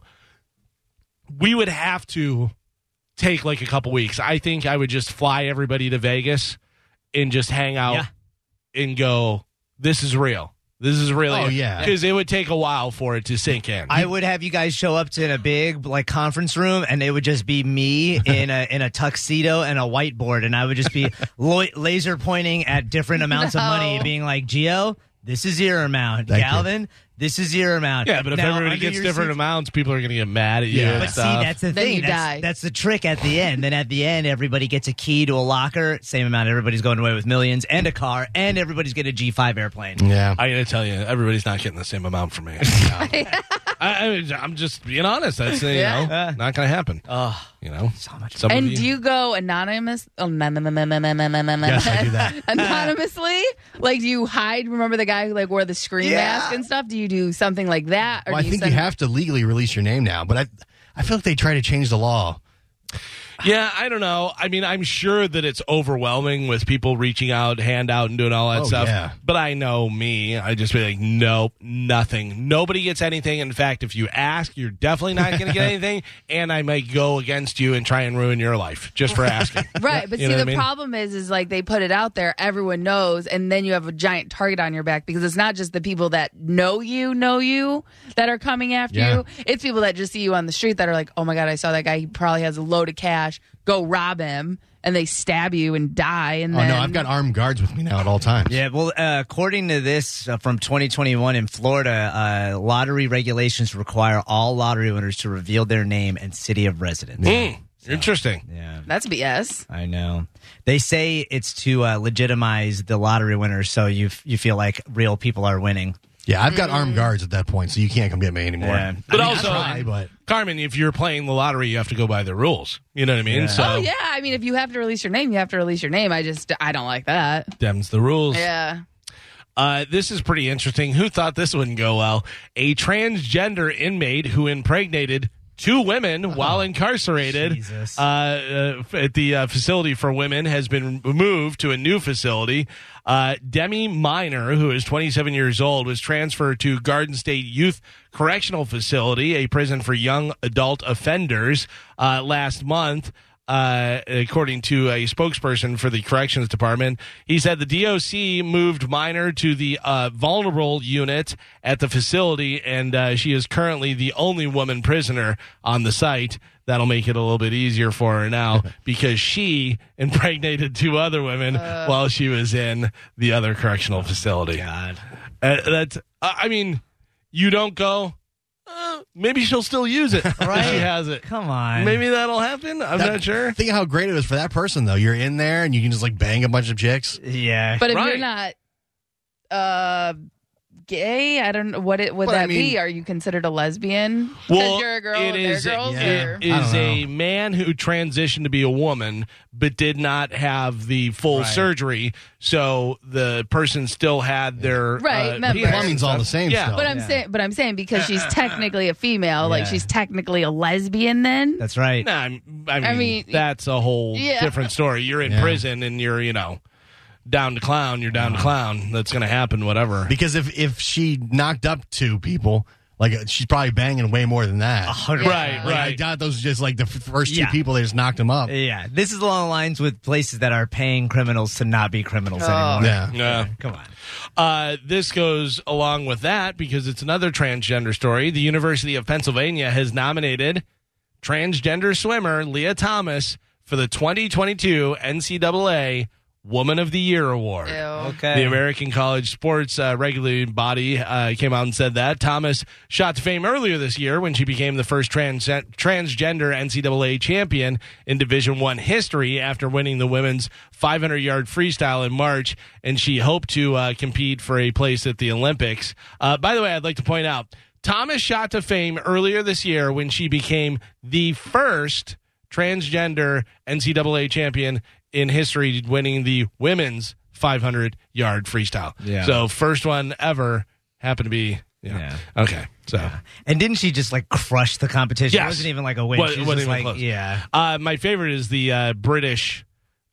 Speaker 3: we would have to take like a couple weeks. I think I would just fly everybody to Vegas and just hang out
Speaker 5: Yeah.
Speaker 3: and go. This is real. This is really.
Speaker 6: Oh, yeah.
Speaker 3: because it would take a while for it to sink in.
Speaker 5: I would have you guys show up to in a big like conference room, and it would just be me in a in a tuxedo and a whiteboard, and I would just be lo- laser pointing at different amounts of money,
Speaker 4: No.
Speaker 5: being like, "Geo, this is your amount.
Speaker 6: Thank you.
Speaker 5: Galvin, this is your amount."
Speaker 3: yeah, but if
Speaker 5: Now,
Speaker 3: everybody
Speaker 5: under
Speaker 3: gets
Speaker 5: your
Speaker 3: different
Speaker 5: seat-
Speaker 3: amounts, people are going to get mad at you.
Speaker 6: Yeah.
Speaker 3: and
Speaker 6: But
Speaker 5: See,
Speaker 3: stuff.
Speaker 5: that's the
Speaker 4: Then
Speaker 5: thing.
Speaker 4: you
Speaker 5: that's,
Speaker 4: die.
Speaker 5: that's the trick at the end. then at the end, everybody gets a key to a locker. Same amount. Everybody's going away with millions and a car, and everybody's getting a G5 airplane.
Speaker 6: Yeah.
Speaker 3: I gotta tell you, everybody's not getting the same amount from me. I, I, am just being honest. That's uh, you
Speaker 4: Yeah.
Speaker 3: know not gonna happen.
Speaker 5: Oh,
Speaker 3: You know,
Speaker 5: so much.
Speaker 3: some
Speaker 4: And
Speaker 3: of
Speaker 4: do you go anonymous? Oh, no, no, no, no, no, no, no, no, no.
Speaker 6: Yes, I do that.
Speaker 4: Anonymously? Like, do you hide? Remember the guy who like wore the screen mask and stuff? Do you do something like that?
Speaker 6: Well, I
Speaker 4: do
Speaker 6: think you
Speaker 4: send-
Speaker 6: have to legally release your name now, but I, I feel like they try to change the law.
Speaker 3: yeah, I don't know. I mean, I'm sure that it's overwhelming with people reaching out, handout, and doing all that
Speaker 6: Oh,
Speaker 3: stuff.
Speaker 6: yeah.
Speaker 3: But I know me. I just be like, nope, nothing. Nobody gets anything. In fact, if you ask, you're definitely not gonna get anything. And I might go against you and try and ruin your life just for asking.
Speaker 4: Right, but
Speaker 3: You know
Speaker 4: see,
Speaker 3: what
Speaker 4: the
Speaker 3: I mean?
Speaker 4: problem is, is like they put it out there, everyone knows, and then you have a giant target on your back because it's not just the people that know you, know you, that are coming after
Speaker 6: Yeah.
Speaker 4: you. It's people that just see you on the street that are like, oh my God, I saw that guy. He probably has a load of cash. Go rob him. And they stab you and die. And
Speaker 6: Oh
Speaker 4: then,
Speaker 6: no, I've got armed guards with me now at all times.
Speaker 5: Yeah, well, uh, according to this uh, from 2021 in Florida, uh, lottery regulations require all lottery winners to reveal their name and city of residence.
Speaker 3: Hmm, Interesting.
Speaker 5: Yeah,
Speaker 4: That's BS.
Speaker 5: I know. They say it's to uh, legitimize the lottery winners, so you f- you feel like real people are winning.
Speaker 6: Yeah, I've got
Speaker 4: Mm-hmm.
Speaker 6: armed guards at that point, so you can't come get me anymore.
Speaker 5: Yeah.
Speaker 3: But
Speaker 6: I mean, I
Speaker 3: also-
Speaker 6: try, but
Speaker 3: Carmen, if you're playing the lottery, you have to go by the rules. You know what I mean? So
Speaker 4: Oh yeah, I mean, if you have to release your name, you have to release your name. I just, I don't like that.
Speaker 3: them's the rules.
Speaker 4: Yeah.
Speaker 3: Uh, this is pretty interesting. Who thought this wouldn't go well? A transgender inmate who impregnated two women
Speaker 4: Oh.
Speaker 3: while incarcerated
Speaker 5: Jesus.
Speaker 3: uh, uh, f- at the uh, facility for women has been moved to a new facility. Uh, Demi Minor, who is 27 years old, was transferred to Garden State Youth Correctional Facility, a prison for young adult offenders, uh, last month uh, according to a spokesperson for the corrections department. He said the DOC moved Minor to the uh, vulnerable unit at the facility, and uh, she is currently the only woman prisoner on the site. That'll make it a little bit easier for her now because she impregnated two other women while she was in the other correctional facility.
Speaker 5: God.
Speaker 3: Uh, that's, I I mean, you don't go. Uh, maybe she'll still use it. Right? she has it.
Speaker 5: Come on.
Speaker 3: Maybe that'll happen. I'm
Speaker 6: That-
Speaker 3: not sure.
Speaker 6: think of how great it was for that person though. You're in there and you can just like bang a bunch of chicks.
Speaker 5: Yeah.
Speaker 4: But if
Speaker 3: Right.
Speaker 4: you're not uh gay? I don't know what it would
Speaker 6: But
Speaker 4: that
Speaker 6: I mean-
Speaker 4: be. Are you considered a lesbian? 'Cause you're a girl.
Speaker 3: it
Speaker 4: and they're
Speaker 3: is-
Speaker 4: girls.
Speaker 6: yeah.
Speaker 4: or-
Speaker 3: it
Speaker 6: I
Speaker 3: is
Speaker 6: don't
Speaker 3: a man who transitioned to be a woman but did not have the full surgery, so the person still had their
Speaker 4: Right,
Speaker 3: uh,
Speaker 4: member.
Speaker 3: penis.
Speaker 6: Plumbing's all the same
Speaker 3: Oh, Yeah.
Speaker 6: stuff.
Speaker 4: But I'm saying, but I'm saying because she's technically a female, like
Speaker 5: Yeah.
Speaker 4: she's technically a lesbian. Then
Speaker 5: That's right.
Speaker 3: Nah, I'm- I mean,
Speaker 4: mean,
Speaker 3: that's a whole
Speaker 4: yeah.
Speaker 3: different story. You're in
Speaker 6: Yeah.
Speaker 3: prison and you're you know down to clown. You're down to clown. That's gonna happen. Whatever.
Speaker 6: because if if she knocked up two people, like uh, she's probably banging way more than that.
Speaker 5: Hundred-
Speaker 3: Right,
Speaker 6: Like, I
Speaker 3: right.
Speaker 6: doubt those are just like the f- first two
Speaker 5: Yeah.
Speaker 6: people they just knocked them up.
Speaker 5: Yeah, this is along the lines with places that are paying criminals to not be
Speaker 4: Oh.
Speaker 5: criminals anymore.
Speaker 6: Yeah.
Speaker 3: Yeah.
Speaker 5: Come on.
Speaker 3: Uh, this goes along with that because it's another transgender story. The University of Pennsylvania has nominated transgender swimmer Leah Thomas for the 2022 NCAA Woman of the Year Award.
Speaker 4: Ew.
Speaker 3: The
Speaker 5: Okay.
Speaker 3: American College Sports uh, Regulating Body uh, came out and said that. Thomas shot to fame earlier this year when she became the first trans- transgender NCAA champion in Division One history after winning the women's 500 yard freestyle in March. And she hoped to uh, compete for a place at the Olympics. Uh, by the way, I'd like to point out Thomas shot to fame earlier this year when she became the first transgender NCAA champion in history, winning the women's 500 yard freestyle.
Speaker 5: Yeah.
Speaker 3: So first one ever happened to be. Yeah.
Speaker 5: Yeah.
Speaker 3: Okay. So.
Speaker 5: And didn't she just like crush the competition?
Speaker 3: Yes.
Speaker 5: It wasn't even like a win.
Speaker 3: Wa-
Speaker 5: she was
Speaker 3: wasn't
Speaker 5: just
Speaker 3: even
Speaker 5: like,
Speaker 3: close.
Speaker 5: yeah.
Speaker 3: Uh, my favorite is the uh, British,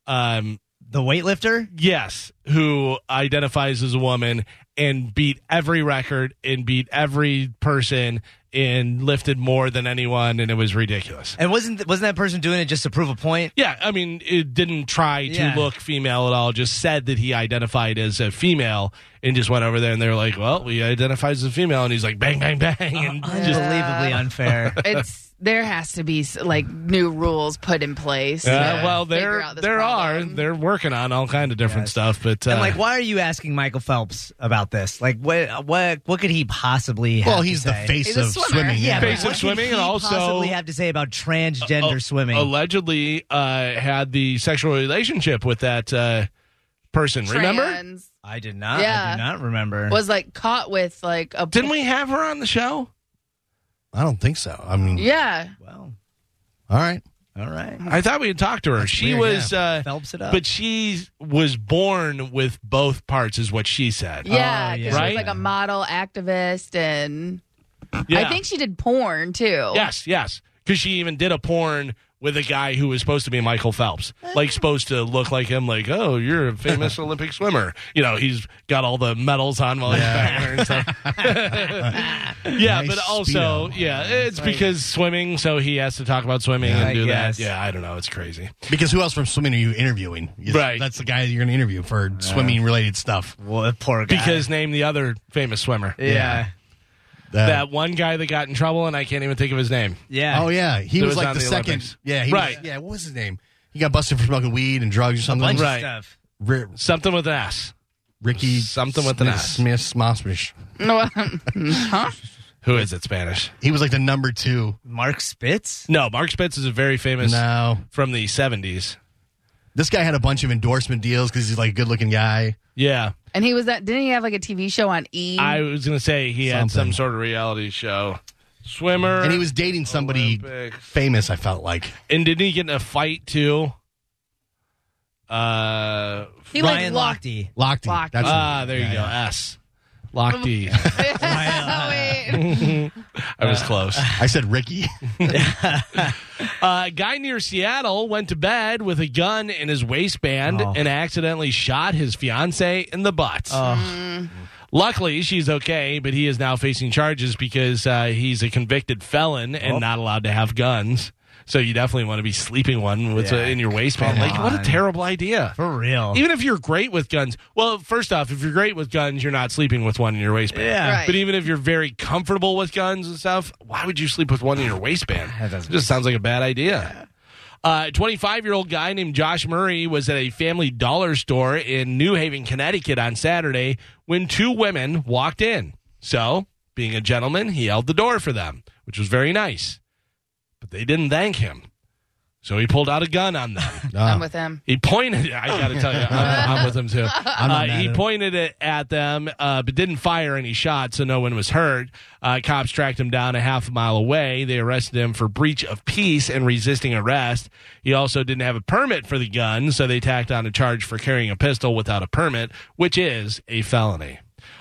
Speaker 3: um,
Speaker 5: The weightlifter?
Speaker 3: yes, who identifies as a woman and beat every record and beat every person and lifted more than anyone, and it was ridiculous.
Speaker 5: And wasn't wasn't that person doing it just to prove a point?
Speaker 3: Yeah, I mean, it didn't try to
Speaker 5: Yeah.
Speaker 3: look female at all. Just said that he identified as a female and just went over there and they're like, "Well, he identifies as a female," and he's like, "Bang, bang, bang!" And Uh,
Speaker 4: Uh-huh.
Speaker 3: just
Speaker 5: Unbelievably unfair.
Speaker 4: it's there has to be s- like new rules put in place.
Speaker 3: yeah,
Speaker 4: to
Speaker 3: uh, well,
Speaker 4: figure
Speaker 3: there
Speaker 4: out this
Speaker 3: there are
Speaker 4: problem.
Speaker 3: they're working on all kind of different
Speaker 5: Yes.
Speaker 3: stuff, but uh,
Speaker 5: And like, why are you asking Michael Phelps about this? Like, what what what could he possibly? Have
Speaker 6: Well,
Speaker 5: to
Speaker 6: he's the
Speaker 5: say?
Speaker 6: face
Speaker 4: He's a
Speaker 6: of
Speaker 4: swimmer.
Speaker 6: swimming.
Speaker 5: Yeah, but
Speaker 3: Face of
Speaker 5: what could
Speaker 3: swimming
Speaker 5: he
Speaker 3: and also-
Speaker 5: possibly have to say about transgender
Speaker 3: uh,
Speaker 5: swimming.
Speaker 3: allegedly uh, had the sexual relationship with that uh, person. Remember?
Speaker 4: Trans
Speaker 5: I did not. I
Speaker 4: Yeah.
Speaker 5: do not remember.
Speaker 4: was like caught with like a
Speaker 3: Didn't we have her on the show?
Speaker 6: I don't think so. I mean,
Speaker 4: Yeah,
Speaker 3: Oh,
Speaker 5: well,
Speaker 6: all right.
Speaker 5: all right.
Speaker 3: I thought we had talked to her. she
Speaker 6: weird,
Speaker 3: was. Uh,
Speaker 5: Phelps it up.
Speaker 3: but she was born with both parts, is what she said.
Speaker 4: yeah,
Speaker 5: Oh, yeah.
Speaker 4: 'cause she
Speaker 3: Right?
Speaker 4: was like a model activist, and
Speaker 3: Yeah.
Speaker 4: I think she did porn too.
Speaker 3: Yes, yes. Because she even did a porn with a guy who was supposed to be Michael Phelps, like supposed to look like him. Like, oh, you're a famous Olympic swimmer. You know, he's got all the medals on while he's back there and stuff. yeah,
Speaker 6: Nice
Speaker 3: but also,
Speaker 6: speedo.
Speaker 3: yeah, it's because swimming, so he has to talk about swimming
Speaker 5: I
Speaker 3: and do
Speaker 5: guess.
Speaker 3: that. Yeah, I don't know, it's crazy.
Speaker 6: Because who else from swimming are you interviewing? You-
Speaker 3: Right.
Speaker 6: That's the guy you're going to interview for swimming related stuff.
Speaker 5: well, poor guy.
Speaker 3: Because name the other famous swimmer.
Speaker 5: yeah,
Speaker 6: That-
Speaker 3: That one guy that got in trouble, and I can't even think of his name.
Speaker 5: yeah.
Speaker 6: oh, yeah. He
Speaker 3: That
Speaker 6: was
Speaker 3: was
Speaker 6: like
Speaker 3: on
Speaker 6: the,
Speaker 3: the
Speaker 6: second.
Speaker 3: Olympics.
Speaker 6: Yeah. He
Speaker 3: Right.
Speaker 6: Was, yeah. What was his name? He got busted for smoking weed and drugs or something.
Speaker 5: bunch
Speaker 3: Right.
Speaker 5: of stuff.
Speaker 6: Ri-
Speaker 3: Something with an S.
Speaker 6: Ricky.
Speaker 3: Something with an
Speaker 6: Smith,
Speaker 3: S.
Speaker 6: Smith Smosmish.
Speaker 3: Who is it, Spanish?
Speaker 6: He was like the number two.
Speaker 5: Mark Spitz.
Speaker 3: No, Mark Spitz is a very famous
Speaker 6: No.
Speaker 3: from the 70s.
Speaker 6: This guy had a bunch of endorsement deals because he's like a good looking guy.
Speaker 3: Yeah.
Speaker 4: and he was that. Didn't he have like a TV show on E?
Speaker 3: I was going to say he had
Speaker 6: Something.
Speaker 3: some sort of reality show. Swimmer.
Speaker 6: And he was dating somebody
Speaker 3: Olympics.
Speaker 6: famous, I felt like.
Speaker 3: And didn't he get in a fight too? Uh,
Speaker 4: he
Speaker 5: Ryan
Speaker 4: locked-
Speaker 5: Lochte.
Speaker 6: Lochte.
Speaker 4: Lochte.
Speaker 6: That's
Speaker 3: ah, there you go. S. Lochte.
Speaker 4: Wait.
Speaker 3: I was close.
Speaker 6: I said Ricky.
Speaker 3: A Uh, guy near Seattle went to bed with a gun in his waistband
Speaker 5: Oh.
Speaker 3: and accidentally shot his fiancee in the butt. Luckily, she's okay, but he is now facing charges because uh, he's a convicted felon and
Speaker 5: Oh.
Speaker 3: not allowed to have guns. So you definitely want to be sleeping one with uh,
Speaker 5: Yeah.
Speaker 3: in your waistband.
Speaker 5: Come
Speaker 3: Like, what a
Speaker 5: on.
Speaker 3: terrible idea.
Speaker 5: For real.
Speaker 3: Even if you're great with guns, well, first off, if you're great with guns, you're not sleeping with one in your waistband.
Speaker 5: Yeah.
Speaker 4: Right.
Speaker 3: But even if you're very comfortable with guns and stuff, why would you sleep with one in your waistband?
Speaker 5: That doesn't
Speaker 3: It just sounds like a bad idea. Uh, A 25 year old guy named Josh Murray was at a family dollar store in New Haven, Connecticut on Saturday when two women walked in. So, being a gentleman, he held the door for them, which was very nice. But they didn't thank him. So he pulled out a gun on them.
Speaker 4: I'm with him.
Speaker 3: He pointed. I got to tell you, I'm, I'm with him too. Uh, he pointed it at them, uh, but didn't fire any shots, so no one was hurt. Uh, cops tracked him down a half mile away. They arrested him for breach of peace and resisting arrest. He also didn't have a permit for the gun, so they tacked on a charge for carrying a pistol without a permit, which is a felony.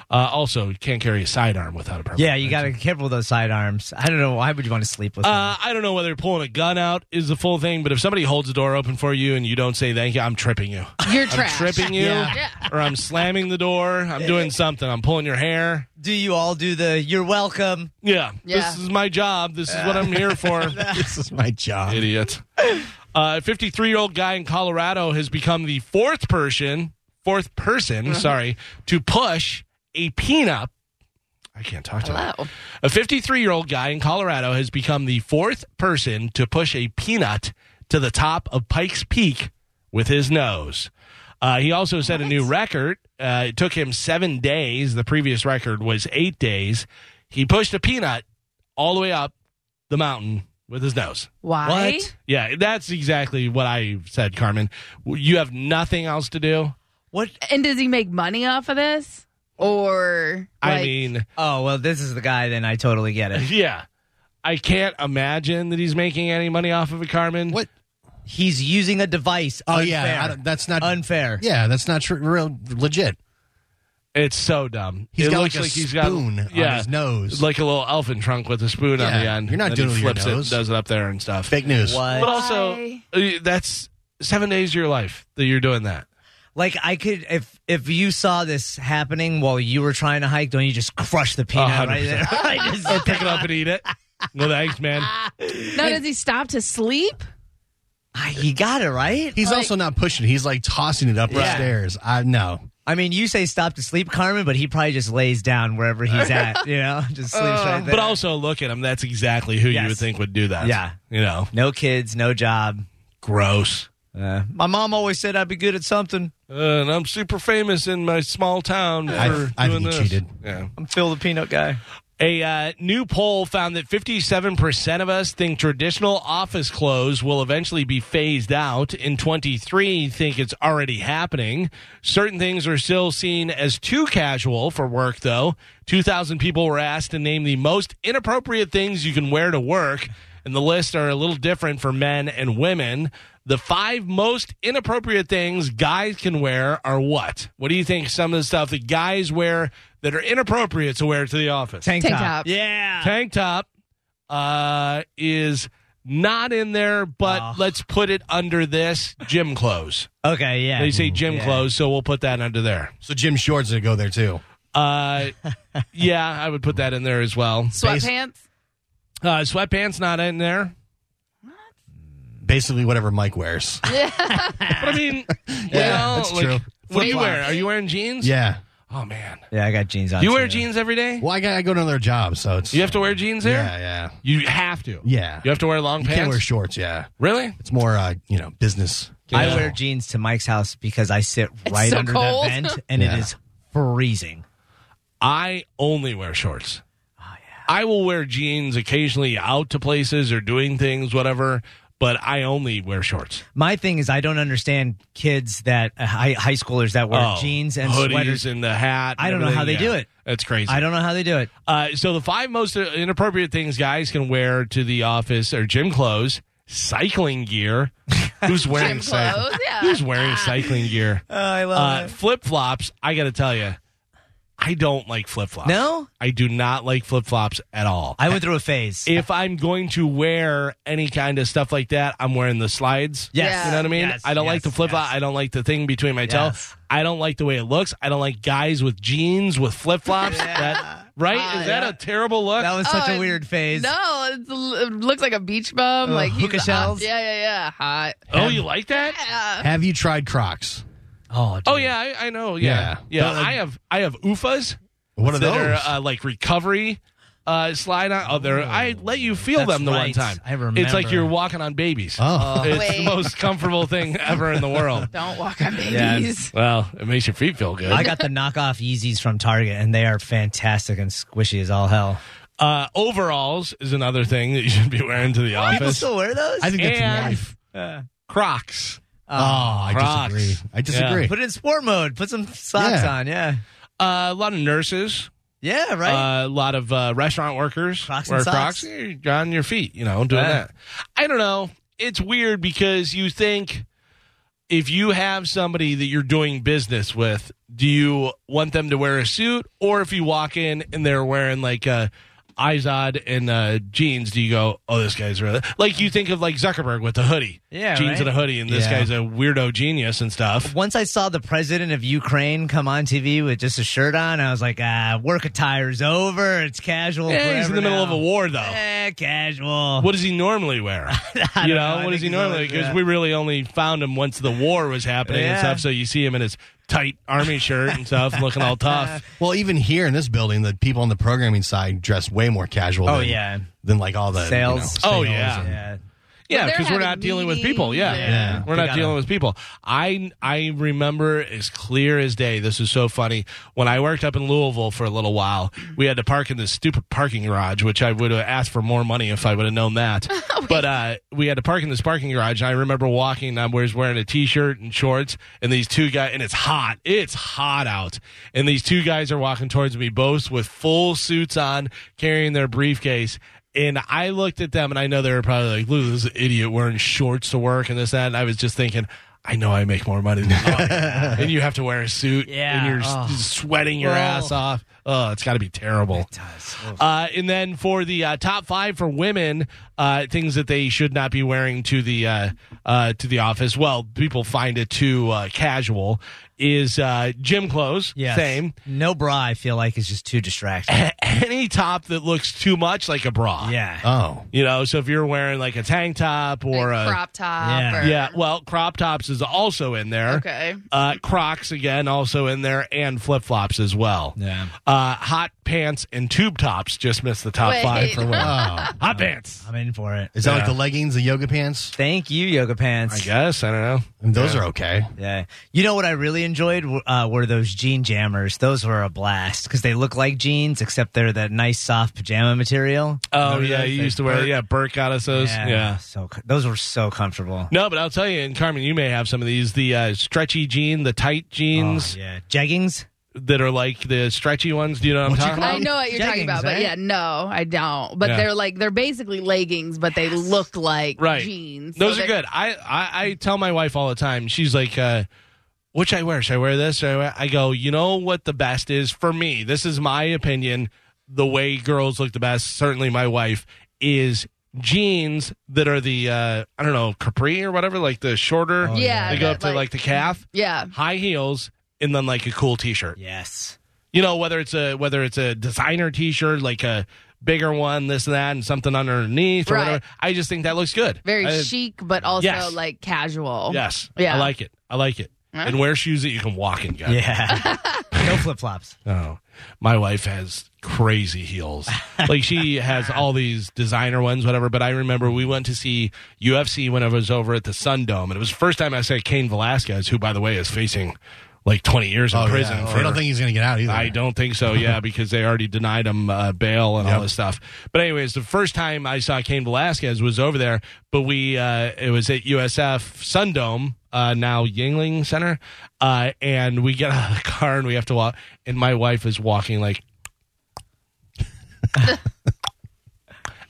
Speaker 3: Uh, also, you can't carry a sidearm without a permit.
Speaker 5: Yeah, you
Speaker 3: right?
Speaker 5: got to be careful with those sidearms. I don't know. Why would you want to sleep with them?
Speaker 3: Uh, I don't know whether pulling a gun out is the full thing, but if somebody holds the door open for you and you don't say thank you, I'm tripping you.
Speaker 4: You're trash.
Speaker 3: tripping you, or I'm slamming the door. I'm doing something. I'm pulling your hair.
Speaker 5: do you all do the you're welcome?
Speaker 3: Yeah,
Speaker 4: Yeah.
Speaker 3: this is my job. This is what I'm here for.
Speaker 6: This is my job.
Speaker 3: Idiot. A 53 year old guy in Colorado has become the fourth person, fourth person, sorry, to push a peanut. I can't talk to that.
Speaker 4: Hello.
Speaker 3: A 53 year old guy in Colorado has become the fourth person to push a peanut to the top of Pikes Peak with his nose. Uh, he also set a new record. Uh, it took him seven days. The previous record was eight days. He pushed a peanut all the way up the mountain with his nose.
Speaker 4: Why?
Speaker 3: Yeah, that's exactly what I said, Carmen. You have nothing else to do.
Speaker 5: What?
Speaker 4: And does he make money off of this? Or
Speaker 3: I
Speaker 4: like,
Speaker 3: mean,
Speaker 5: Oh well, this is the guy. Then I totally get it.
Speaker 3: yeah. I can't imagine that he's making any money off of it, Carmen.
Speaker 6: What?
Speaker 5: He's using a device.
Speaker 6: Oh
Speaker 5: Unfair.
Speaker 6: yeah, I don't- that's not
Speaker 5: unfair.
Speaker 6: Yeah, that's not true, real legit.
Speaker 3: It's so dumb.
Speaker 6: He's
Speaker 3: it
Speaker 6: got
Speaker 3: looks
Speaker 6: like a
Speaker 3: like he's
Speaker 6: spoon
Speaker 3: got
Speaker 6: on his nose.
Speaker 3: like a little elephant trunk with a spoon on
Speaker 6: Yeah,
Speaker 3: the end.
Speaker 6: you're not
Speaker 3: and
Speaker 6: doing it
Speaker 3: he
Speaker 6: with your
Speaker 3: flips
Speaker 6: nose.
Speaker 3: it, does it up there and stuff.
Speaker 6: Fake news.
Speaker 5: What?
Speaker 3: But also,
Speaker 4: Why?
Speaker 3: uh, that's seven days of your life that you're doing that.
Speaker 5: Like I could if if you saw this happening while you were trying to hike, don't you just crush the peanut right there?
Speaker 3: 100%.
Speaker 5: Right, just-
Speaker 3: Or pick it up and eat it. No thanks, man.
Speaker 4: no, does he stop to sleep?
Speaker 5: Ah, you got it right.
Speaker 6: He's
Speaker 4: Like-
Speaker 6: also not pushing. it. He's like tossing it up the
Speaker 5: Yeah.
Speaker 6: stairs. I know.
Speaker 5: I mean, you say stop to sleep, Carmen, but he probably just lays down wherever he's at. You know, just sleeps right there.
Speaker 3: But also, look at him. That's exactly who you
Speaker 5: Yes.
Speaker 3: would think would do that.
Speaker 5: Yeah.
Speaker 3: You know,
Speaker 5: no kids, no job.
Speaker 3: gross.
Speaker 5: Uh, my mom always said I'd be good at something.
Speaker 3: Uh, and I'm super famous in my small town for
Speaker 6: I- I
Speaker 3: doing
Speaker 6: think he
Speaker 3: this.
Speaker 6: cheated.
Speaker 3: Yeah.
Speaker 5: I'm Phil the peanut guy.
Speaker 3: A uh, new poll found that 57% of us think traditional office clothes will eventually be phased out. In 23, think it's already happening. Certain things are still seen as too casual for work, though. 2,000 people were asked to name the most inappropriate things you can wear to work, and the lists are a little different for men and women. The five most inappropriate things guys can wear are what? What do you think some of the stuff that guys wear that are inappropriate to wear to the office?
Speaker 5: Tank,
Speaker 4: Tank
Speaker 5: top.
Speaker 4: top.
Speaker 5: Yeah.
Speaker 3: Tank top uh, is not in there, but
Speaker 6: Ah.
Speaker 5: Oh.
Speaker 3: let's put it under this gym clothes.
Speaker 5: Okay. Yeah.
Speaker 3: They
Speaker 6: Mm,
Speaker 3: say gym
Speaker 5: Yeah.
Speaker 3: clothes, so we'll put that under there.
Speaker 6: So Jim Shorts would go there too.
Speaker 3: Uh, yeah, I would put that in there as well.
Speaker 4: Sweatpants?
Speaker 3: Uh, sweatpants not in there.
Speaker 6: Basically, whatever Mike wears.
Speaker 3: But I mean, yeah,
Speaker 6: that's
Speaker 3: like,
Speaker 6: true.
Speaker 3: What do you wear? Are you wearing jeans?
Speaker 6: yeah.
Speaker 3: Oh man,
Speaker 5: Yeah, I got jeans on.
Speaker 3: you wear
Speaker 5: too.
Speaker 3: jeans every day.
Speaker 6: Well, I got I go to another job, so it's
Speaker 3: You have to wear jeans there.
Speaker 6: yeah, yeah,
Speaker 3: You have to.
Speaker 6: yeah.
Speaker 3: You have to wear long
Speaker 6: You
Speaker 3: pants.
Speaker 6: can't wear shorts. Yeah,
Speaker 3: really?
Speaker 6: it's more uh, you know business.
Speaker 5: I wear jeans to Mike's house because I sit right
Speaker 4: so
Speaker 5: under
Speaker 4: cold.
Speaker 5: the vent and
Speaker 6: Yeah.
Speaker 5: it is freezing.
Speaker 3: I only wear shorts.
Speaker 5: Oh,
Speaker 3: I will wear jeans occasionally out to places or doing things, whatever, but I only wear shorts.
Speaker 5: My thing is, I don't understand kids that uh, high, high schoolers that wear
Speaker 3: Oh,
Speaker 5: jeans and
Speaker 3: hoodies
Speaker 5: sweaters.
Speaker 3: and the hat. and
Speaker 5: I don't know how
Speaker 3: everything.
Speaker 5: they
Speaker 3: Yeah.
Speaker 5: do it.
Speaker 3: That's crazy.
Speaker 5: I don't know how they do it.
Speaker 3: Uh, so the five most uh, inappropriate things guys can wear to the office are gym clothes, cycling gear. Who's wearing
Speaker 4: Gym
Speaker 3: cycling?
Speaker 4: clothes? Yeah.
Speaker 3: Who's wearing cycling gear?
Speaker 5: Oh, I love
Speaker 3: Uh, flip flops. I got to tell you, I don't like flip flops.
Speaker 5: No?
Speaker 3: I do not like flip flops at all.
Speaker 5: I went through a phase.
Speaker 3: if I'm going to wear any kind of stuff like that, I'm wearing the slides.
Speaker 5: yes.
Speaker 4: Yeah.
Speaker 3: You know what I mean?
Speaker 5: Yes,
Speaker 3: I don't like
Speaker 5: yes,
Speaker 3: the flip flop.
Speaker 5: yes.
Speaker 3: I don't like the thing between my
Speaker 5: Yes.
Speaker 3: toes. I don't like the way it looks. I don't like guys with jeans with flip flops. That Right? Is that a terrible look?
Speaker 5: Ah, That was such
Speaker 4: Oh,
Speaker 5: a weird phase.
Speaker 4: No, it's, it looks like a beach bum.
Speaker 5: Uh,
Speaker 4: like he's
Speaker 5: hookah
Speaker 4: hot.
Speaker 5: shells?
Speaker 4: Yeah, yeah, yeah. Hot.
Speaker 3: oh, you like that?
Speaker 4: Yeah.
Speaker 6: Have you tried Crocs?
Speaker 5: Oh, dude.
Speaker 3: Oh yeah, I, I know. Yeah, yeah.
Speaker 6: Yeah. But, uh,
Speaker 3: I have I have UFAs
Speaker 6: What are
Speaker 3: that
Speaker 6: those?
Speaker 3: are uh, like recovery uh, slide on. Oh, they're, I let you feel
Speaker 5: That's
Speaker 3: them the one
Speaker 5: right.
Speaker 3: time.
Speaker 5: I remember.
Speaker 3: It's like you're walking on babies.
Speaker 6: Oh.
Speaker 3: it's
Speaker 4: Wait.
Speaker 3: the most comfortable thing ever in the world.
Speaker 4: Don't walk on babies.
Speaker 3: Well, it makes your feet feel good.
Speaker 5: I got the knockoff Yeezys from Target, and they are fantastic and squishy as all hell.
Speaker 3: Uh, overalls is another thing that you should be wearing to the office.
Speaker 5: wear those?
Speaker 6: I think that's
Speaker 3: and
Speaker 6: life.
Speaker 3: Crocs.
Speaker 6: Oh, I
Speaker 3: Crocs.
Speaker 6: disagree. I disagree.
Speaker 5: Put it in sport mode. Put some socks
Speaker 6: Yeah.
Speaker 5: on. Yeah.
Speaker 3: Uh, a lot of nurses.
Speaker 5: Yeah, right.
Speaker 3: Uh, a lot of uh, restaurant workers
Speaker 5: Crocs
Speaker 3: wear
Speaker 5: and socks.
Speaker 3: Crocs. You're on your feet, you know, doing
Speaker 5: Yeah.
Speaker 3: that. I don't know. It's weird because you think if you have somebody that you're doing business with, do you want them to wear a suit, or if you walk in and they're wearing like uh, Izod and uh, jeans, do you go, "Oh, this guy's really like"? You think of like Zuckerberg with the hoodie,
Speaker 5: Yeah,
Speaker 3: jeans
Speaker 5: right.
Speaker 3: and a hoodie, and this
Speaker 6: Yeah.
Speaker 3: guy's a weirdo genius and stuff.
Speaker 5: Once I saw the president of Ukraine come on TV with just a shirt on, I was like, ah, work attire's over. It's casual.
Speaker 3: Yeah, he's in
Speaker 5: forever
Speaker 3: the middle of
Speaker 5: now.
Speaker 3: a war, though.
Speaker 5: Eh, casual.
Speaker 3: What does he normally wear?
Speaker 5: I
Speaker 3: you
Speaker 5: don't
Speaker 3: know,
Speaker 5: I
Speaker 3: what does he
Speaker 5: think he's
Speaker 3: normally?
Speaker 5: always-
Speaker 3: Because
Speaker 5: yeah.
Speaker 3: we really only found him once the war was happening and
Speaker 5: Yeah.
Speaker 3: stuff. So you see him in his tight army shirt and stuff, looking all tough.
Speaker 6: Well, even here in this building, the people on the programming side dress way more casual.
Speaker 5: Oh,
Speaker 6: than,
Speaker 5: yeah.
Speaker 6: than like all the you
Speaker 5: Sales.
Speaker 6: know,
Speaker 3: Oh,
Speaker 6: sales
Speaker 3: yeah.
Speaker 6: and-
Speaker 5: Yeah.
Speaker 3: Yeah,
Speaker 4: they're
Speaker 3: because we're
Speaker 4: having
Speaker 3: not dealing with people.
Speaker 4: meetings.
Speaker 3: Yeah,
Speaker 6: Yeah.
Speaker 3: we're
Speaker 5: They
Speaker 3: not
Speaker 5: gotta-
Speaker 3: dealing with people. I I remember as clear as day. This is so funny. When I worked up in Louisville for a little while, we had to park in this stupid parking garage, which I would have asked for more money if I would have known that. but uh, we had to park in this parking garage. And I remember walking. and I was wearing a t-shirt and shorts, and these two guys. And it's hot. It's hot out. And these two guys are walking towards me, both with full suits on, carrying their briefcase. And I looked at them, and I know they were probably like, "Look, at this idiot wearing shorts to work and this that." And I was just thinking, I know I make more money than you, and you have to wear a suit,
Speaker 5: Yeah.
Speaker 3: and you're s-
Speaker 5: Oh.
Speaker 3: sweating your
Speaker 5: Well.
Speaker 3: ass off. Oh, it's got to be terrible. Uh, and then for the uh, top five for women, uh, things that they should not be wearing to the uh, uh, to the office. Well, people find it too uh, casual. Is uh, gym clothes
Speaker 5: Yes.
Speaker 3: same?
Speaker 5: No bra, I feel like, is just too distracting.
Speaker 3: Any top that looks too much like a bra.
Speaker 5: yeah.
Speaker 6: Oh,
Speaker 3: You know, so if you're wearing like a tank top or
Speaker 4: Like
Speaker 3: a
Speaker 4: crop top.
Speaker 5: Yeah.
Speaker 4: Or,
Speaker 3: yeah, well, crop tops is also in there.
Speaker 4: Okay.
Speaker 3: Uh, Crocs again, also in there, and flip flops as well.
Speaker 5: Yeah.
Speaker 3: Uh, hot pants and tube tops just missed the top
Speaker 4: Wait.
Speaker 3: five for women.
Speaker 6: wow.
Speaker 3: hot pants.
Speaker 5: I'm in for it.
Speaker 6: Is that like
Speaker 3: Yeah.
Speaker 6: the leggings, the yoga pants?
Speaker 5: Thank you, yoga pants.
Speaker 3: I guess I don't know.
Speaker 6: I mean, those are okay.
Speaker 5: Yeah. You know what I really enjoyed uh, were those jean jammers. Those were a blast because they look like jeans, except they're that nice soft pajama material.
Speaker 3: Oh
Speaker 5: Remember
Speaker 3: yeah,
Speaker 5: those?
Speaker 3: you
Speaker 5: Like
Speaker 3: used to wear
Speaker 5: Burt-
Speaker 3: yeah. Burke got us those. Yeah.
Speaker 5: So co- those were so comfortable.
Speaker 3: No, but I'll tell you, and Carmen, you may have some of these. The uh, stretchy jean, the tight jeans
Speaker 5: Oh, yeah. Jeggings?
Speaker 3: that are like the stretchy ones. Do you know what I'm
Speaker 6: What you
Speaker 3: talking
Speaker 6: call
Speaker 3: about?
Speaker 4: I know what you're talking
Speaker 5: Jeggings,
Speaker 4: about, but
Speaker 5: right?
Speaker 4: yeah, no, I don't. But
Speaker 3: Yeah.
Speaker 4: they're like they're basically leggings, but they look like
Speaker 3: Right.
Speaker 4: jeans. So
Speaker 3: Those are
Speaker 4: they're-
Speaker 3: good. I, I I tell my wife all the time. She's like, uh, "What should I wear? Should I wear this?" Should I, wear? I go, "You know what the best is for me. This is my opinion. The way girls look the best, certainly my wife is." Jeans that are the uh, I don't know capri or whatever, like the shorter,
Speaker 4: Oh, yeah,
Speaker 3: they go up
Speaker 4: that,
Speaker 3: to like the calf,
Speaker 4: yeah.
Speaker 3: high heels, and then like a cool t-shirt.
Speaker 5: Yes.
Speaker 3: You know whether it's a whether it's a designer t-shirt, like a bigger one, this and that, and something underneath or
Speaker 4: Right.
Speaker 3: whatever. I just think that looks good.
Speaker 4: Very
Speaker 3: I-
Speaker 4: chic, but also
Speaker 3: Yes.
Speaker 4: like casual.
Speaker 3: Yes.
Speaker 4: Oh. Yeah.
Speaker 3: I like it. I like it. And wear shoes that you can walk in, guys.
Speaker 5: Yeah. no flip flops.
Speaker 3: Oh, my wife has crazy heels. like she has all these designer ones, whatever. But I remember we went to see UFC when I was over at the Sun Dome, and it was the first time I saw Kane Velasquez, who by the way is facing like 20 years in
Speaker 6: Oh,
Speaker 3: prison.
Speaker 6: yeah.
Speaker 3: for,
Speaker 6: I don't think he's going to get out either.
Speaker 3: I don't think so. Yeah, because they already denied him uh, bail and all
Speaker 6: Yep.
Speaker 3: this stuff. But anyways, the first time I saw Cain Velasquez was over there, but we uh, it was at USF Sundome, uh, now Yingling Center, uh, and we get out of the car and we have to walk, and my wife is walking like.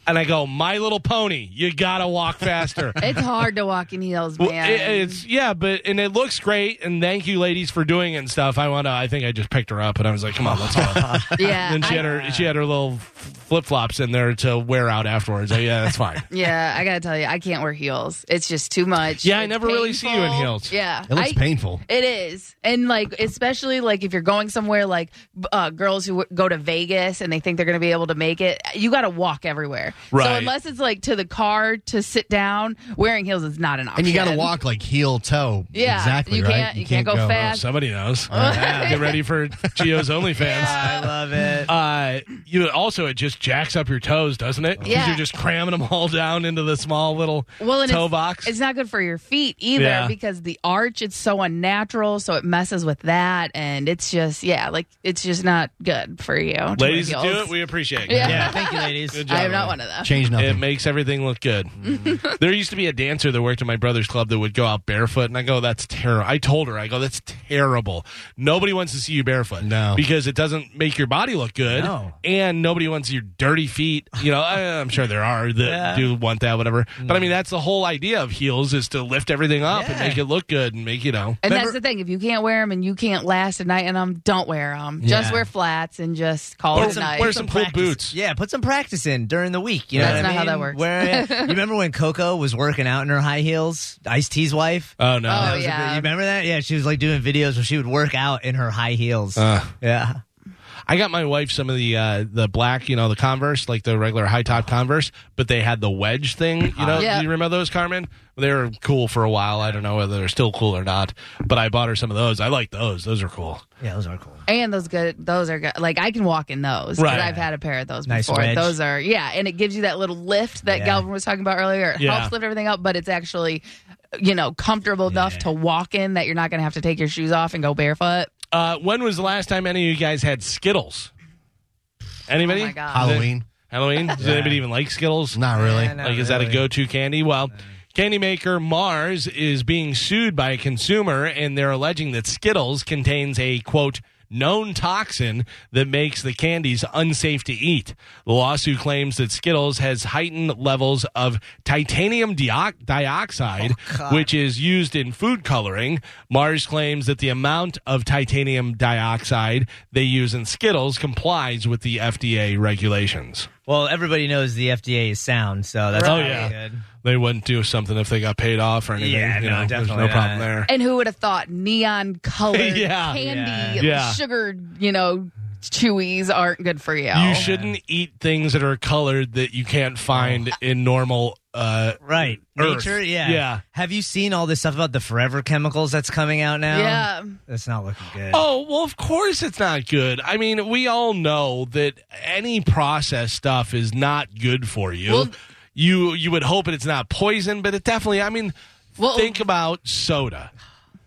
Speaker 3: And I go, My Little Pony, you gotta walk faster.
Speaker 4: It's hard to walk in heels,
Speaker 3: Well,
Speaker 4: man.
Speaker 3: it- it's yeah, but and it looks great, and thank you, ladies, for doing it and stuff. I want to. I think I just picked her up, and I was like, "Come on, let's go."
Speaker 4: yeah.
Speaker 3: and she
Speaker 4: I-
Speaker 3: had her she had her little flip flops in there to wear out afterwards. Like, yeah, that's fine.
Speaker 4: yeah, I gotta tell you, I can't wear heels. It's just too much.
Speaker 3: Yeah, I
Speaker 4: It's
Speaker 3: never really see you in
Speaker 4: painful.
Speaker 3: heels.
Speaker 4: Yeah,
Speaker 6: It looks
Speaker 4: I-
Speaker 6: painful.
Speaker 4: It is, and like especially like if you're going somewhere like b- uh, girls who w- go to Vegas and they think they're going to be able to make it, you got to walk everywhere. So
Speaker 3: Right.
Speaker 4: unless it's like to the car to sit down, wearing heels is not an option.
Speaker 6: And you got to walk like heel toe.
Speaker 4: Yeah,
Speaker 6: exactly.
Speaker 4: you
Speaker 6: right?
Speaker 4: can't- you can't go
Speaker 3: Oh,
Speaker 4: fast.
Speaker 3: somebody knows. Yeah, Get ready for Gio's OnlyFans.
Speaker 5: I love it.
Speaker 3: Uh, you also it just jacks up your toes, doesn't it? 'Cause
Speaker 4: Yeah.
Speaker 3: you're just cramming them all down into the small little
Speaker 4: Well, and
Speaker 3: toe
Speaker 4: it's,
Speaker 3: box.
Speaker 4: it's not good for your feet either
Speaker 3: Yeah.
Speaker 4: because the arch it's so unnatural, so it messes with that, and it's just yeah, like it's just not good for you. to wear
Speaker 3: ladies, do
Speaker 4: heels.
Speaker 3: it. We appreciate it.
Speaker 4: Yeah.
Speaker 5: yeah. Thank you, ladies.
Speaker 3: Good job.
Speaker 4: I am not one of of them.
Speaker 6: Change nothing.
Speaker 3: It makes everything look good.
Speaker 5: Mm-hmm.
Speaker 3: there used to be a dancer that worked at my brother's club that would go out barefoot, and I go, "That's terrible." I told her, "I go, that's terrible. Nobody wants to see you barefoot,
Speaker 6: No.
Speaker 3: because it doesn't make your body look good,
Speaker 5: No.
Speaker 3: and nobody wants your dirty feet." You know, I, I'm sure there are that
Speaker 5: Yeah. Mm.
Speaker 3: do want that, whatever. But I mean, that's the whole idea of heels is to lift everything up and
Speaker 5: Yeah.
Speaker 3: make it look good and make you know.
Speaker 4: And
Speaker 5: Remember-
Speaker 4: that's the thing. If you can't wear them and you can't last a night in them, don't wear them.
Speaker 5: Yeah.
Speaker 4: Just wear flats and just call
Speaker 3: Or
Speaker 4: it a
Speaker 3: some-
Speaker 4: night.
Speaker 3: wear some cool
Speaker 5: practice-
Speaker 3: boots.
Speaker 5: Yeah, put some practice in during the week. You know
Speaker 4: That's
Speaker 5: what I
Speaker 4: not how
Speaker 5: mean?
Speaker 4: that works.
Speaker 5: Where, you remember when Coco was working out in her high heels? Ice T's wife.
Speaker 3: Oh no.
Speaker 4: Oh,
Speaker 5: That was a
Speaker 4: yeah.
Speaker 5: bit- you remember that? Yeah, she was like doing videos where she would work out in her high heels. yeah.
Speaker 3: I got my wife some of the uh, the black, you know, the Converse, like the regular high top Converse, but they had the wedge thing. You know,
Speaker 4: Yeah.
Speaker 3: do you remember those, Carmen? They were cool for a while. I don't know whether they're still cool or not, but I bought her some of those. I like those. Those are cool.
Speaker 5: Yeah, those are cool.
Speaker 4: and those good, those are good. Like I can walk in those. 'cause
Speaker 3: Right.
Speaker 4: I've had a pair of those
Speaker 5: Nice
Speaker 4: before.
Speaker 5: wedge.
Speaker 4: Those are yeah, and it gives you that little lift that
Speaker 5: Yeah.
Speaker 4: Galvin was talking about earlier. It
Speaker 3: Yeah.
Speaker 4: helps lift everything up, but it's actually, you know, comfortable enough to walk in that you're not going to have to take your shoes off and go barefoot. Oh
Speaker 3: Uh, when was the last time any of you guys had Skittles? Anybody?
Speaker 4: Oh, my God.
Speaker 6: Halloween.
Speaker 3: Halloween? Does anybody even like Skittles?
Speaker 6: Not really.
Speaker 5: Yeah, no.
Speaker 3: like, is that a
Speaker 5: really.
Speaker 3: go to candy? Well, candy maker Mars is being sued by a consumer, and they're alleging that Skittles contains a quote, known toxin that makes the candies unsafe to eat. The lawsuit claims that Skittles has heightened levels of titanium diox- dioxide, which is used in food coloring. Mars claims that the amount of titanium dioxide they use in Skittles complies with the FDA regulations.
Speaker 5: Well, everybody knows the FDA is sound, so that's
Speaker 3: Oh,
Speaker 5: probably
Speaker 3: yeah.
Speaker 5: good.
Speaker 3: they wouldn't do something if they got paid off or anything.
Speaker 5: Yeah,
Speaker 3: you
Speaker 5: no,
Speaker 3: know, there's
Speaker 5: definitely
Speaker 3: no problem
Speaker 5: not.
Speaker 3: there.
Speaker 4: And who would have thought neon colored
Speaker 3: Yeah.
Speaker 4: candy,
Speaker 3: Yeah.
Speaker 4: sugar, you know, chewies aren't good for you?
Speaker 3: You shouldn't eat things that are colored that you can't
Speaker 5: Oh.
Speaker 3: find in normal. Uh,
Speaker 5: Right.
Speaker 3: Earth.
Speaker 5: Nature, yeah.
Speaker 3: Yeah.
Speaker 5: Have you seen all this stuff about the forever chemicals that's coming out now?
Speaker 4: Yeah.
Speaker 5: That's not looking good.
Speaker 3: oh well, of course it's not good. I mean, we all know that any processed stuff is not good for you.
Speaker 4: Well-
Speaker 3: you you would hope that it's not poison, but it definitely. I mean,
Speaker 4: Well-
Speaker 3: think about soda.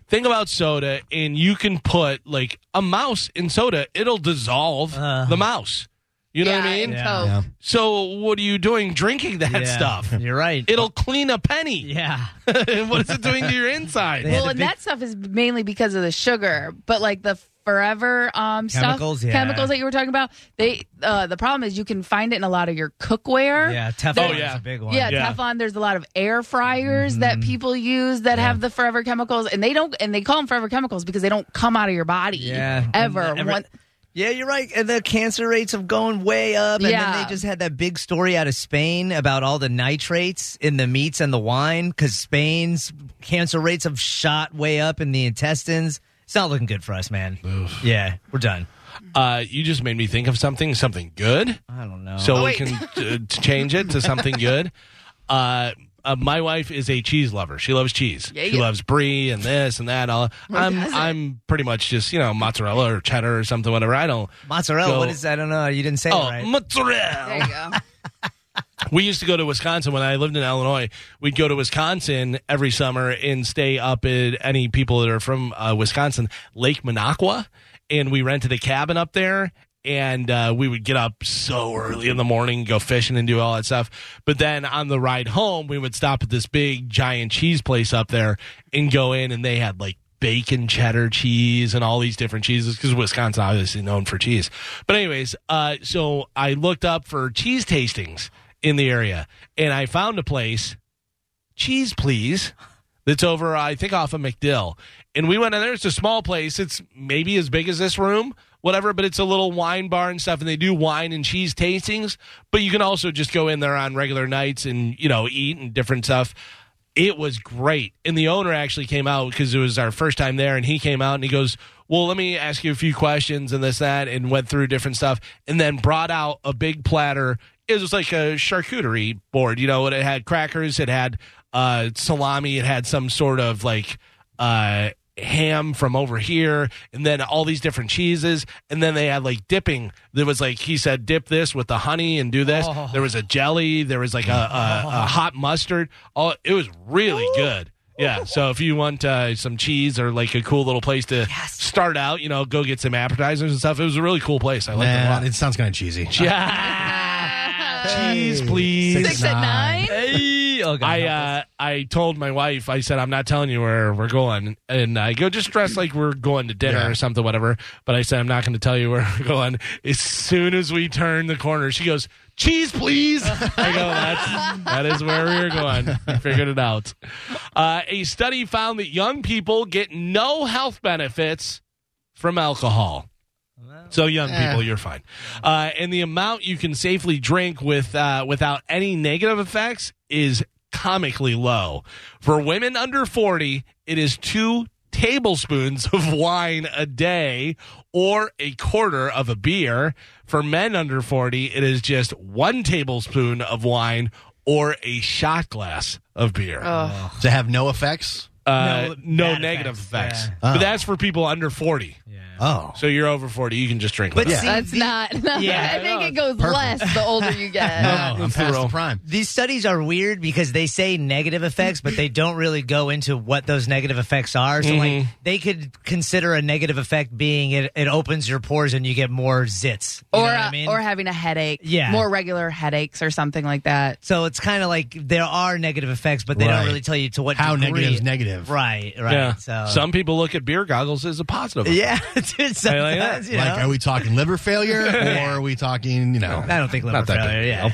Speaker 3: Think about soda, and you can put like a mouse in soda; it'll dissolve
Speaker 5: Uh.
Speaker 3: the mouse. You know
Speaker 4: yeah,
Speaker 3: what I mean?
Speaker 4: and
Speaker 5: Yeah.
Speaker 4: Coke.
Speaker 6: Yeah.
Speaker 3: So what are you doing drinking that
Speaker 5: Yeah.
Speaker 3: stuff?
Speaker 5: You're right.
Speaker 3: It'll clean a penny.
Speaker 5: yeah.
Speaker 3: what is it doing to your inside?
Speaker 5: Yeah,
Speaker 4: Well,
Speaker 5: the
Speaker 4: and
Speaker 5: big-
Speaker 4: that stuff is mainly because of the sugar, but like the forever um
Speaker 5: Chemicals,
Speaker 4: stuff,
Speaker 5: yeah.
Speaker 4: chemicals that you were talking about, they uh the problem is you can find it in a lot of your cookware.
Speaker 5: Yeah, Teflon
Speaker 3: Oh, yeah.
Speaker 5: is a big one. Mm-hmm.
Speaker 4: Yeah,
Speaker 3: Yeah.
Speaker 4: Teflon. There's a lot of air fryers that people use that have the forever chemicals, and they don't, and they call them forever chemicals because they don't come out of your body
Speaker 5: Yeah.
Speaker 4: ever.
Speaker 5: And the- every-
Speaker 4: One-
Speaker 5: Yeah, you're right. And the cancer rates have gone way up. And then
Speaker 4: Yeah.
Speaker 5: they just had that big story out of Spain about all the nitrates in the meats and the wine because Spain's cancer rates have shot way up in the intestines. It's not looking good for us, man. Yeah, we're done.
Speaker 3: Uh, you just made me think of something, something good.
Speaker 5: I don't know.
Speaker 3: So
Speaker 4: Oh,
Speaker 3: we
Speaker 4: wait.
Speaker 3: can uh, change it to something good. Uh, uh, my wife is a cheese lover. She loves cheese.
Speaker 4: Yeah,
Speaker 3: she
Speaker 4: yeah.
Speaker 3: loves brie and this and that. All I'm, I'm pretty much just you know mozzarella or cheddar or something, whatever. I don't.
Speaker 5: mozzarella,
Speaker 3: Go-
Speaker 5: what is that? I don't know. You didn't say
Speaker 3: Oh,
Speaker 5: it right.
Speaker 4: there
Speaker 3: mozzarella!
Speaker 4: you go.
Speaker 3: We used to go to Wisconsin when I lived in Illinois. We'd go to Wisconsin every summer and stay up at any people that are from uh, Wisconsin, Lake Minocqua. And we rented a cabin up there. And uh, we would get up so early in the morning, go fishing and do all that stuff. But then on the ride home, we would stop at this big giant cheese place up there and go in, and they had like bacon cheddar cheese and all these different cheeses because Wisconsin obviously known for cheese. But anyways, uh, so I looked up for cheese tastings in the area and I found a place, cheese please, that's over I think off of McDill. And we went in there. It's a small place. It's maybe as big as this room. Whatever, but it's a little wine bar and stuff, and they do wine and cheese tastings. But you can also just go in there on regular nights and you know eat and different stuff it was great. And the owner actually came out because it was our first time there, and he came out and he goes, "Well, let me ask you a few questions and this that," and went through different stuff, and then brought out a big platter. It was like a charcuterie board, you know. and It had crackers, it had uh, salami, it had some sort of like uh, ham from over here, and then all these different cheeses, and then they had like dipping. There was like he said, dip this with the honey and do this. There was a jelly. There was like a, a, a hot mustard. All it was really good. Yeah, so if you want uh, some cheese or like a cool little place to start out, you know, go get some appetizers and stuff. It was a really cool place. I liked it a
Speaker 6: Nah,
Speaker 3: lot.
Speaker 6: it sounds kind of cheesy.
Speaker 3: yeah.
Speaker 4: nine.
Speaker 3: Cheese, please.
Speaker 4: Six at nine.
Speaker 5: Hey, oh, God,
Speaker 3: I
Speaker 5: help us.
Speaker 3: uh, I told my wife, I said, I'm not telling you where we're going. And I go, just dress like we're going to dinner or something, whatever. But I said, I'm not going to tell you where we're going. As soon as we turn the corner, she goes, cheese, please. I go, that's, that is where we were going. Figured it out. Uh, a study found that young people get no health benefits from alcohol. So young
Speaker 5: Eh.
Speaker 3: people, you're fine. Uh, and the amount you can safely drink with uh, without any negative effects is comically low. For women under 40, it is two tablespoons of wine a day or a quarter of a beer. For men under 40, it is just one tablespoon of wine or a shot glass of beer.
Speaker 4: Oh,
Speaker 6: to Oh. have no effects.
Speaker 3: Uh, no,
Speaker 5: Oh, No bad
Speaker 3: negative effects.
Speaker 5: effects,
Speaker 3: But that's for people under 40.
Speaker 6: Oh,
Speaker 3: So you're over 40, you can just drink.
Speaker 5: But
Speaker 3: without.
Speaker 5: see,
Speaker 4: That's
Speaker 5: the-
Speaker 4: not.
Speaker 5: Yeah,
Speaker 4: I think it goes less the older you get.
Speaker 6: no, Oh, I'm
Speaker 3: that's the
Speaker 6: past
Speaker 3: rule.
Speaker 6: the prime.
Speaker 5: These studies are weird because they say negative effects, but they don't really go into what those negative effects are. So, like, they could consider a negative effect being it, it opens your pores and you get more zits. You
Speaker 4: or
Speaker 5: know what
Speaker 4: uh,
Speaker 5: I mean?
Speaker 4: or having a headache.
Speaker 5: Yeah.
Speaker 4: more regular headaches or something like that.
Speaker 5: so it's kind of like there are negative effects, but they
Speaker 6: Right.
Speaker 5: don't really tell you to what
Speaker 6: How
Speaker 5: degree.
Speaker 6: negative is negative?
Speaker 5: Right, right.
Speaker 3: Yeah.
Speaker 5: So
Speaker 3: Some people look at beer goggles as a positive.
Speaker 5: yeah, dude, sometimes, you
Speaker 6: Like,
Speaker 5: know?
Speaker 6: are we talking liver failure or are we talking? You know,
Speaker 5: I don't think liver
Speaker 3: Not that big
Speaker 5: failure.
Speaker 3: a
Speaker 5: Yeah,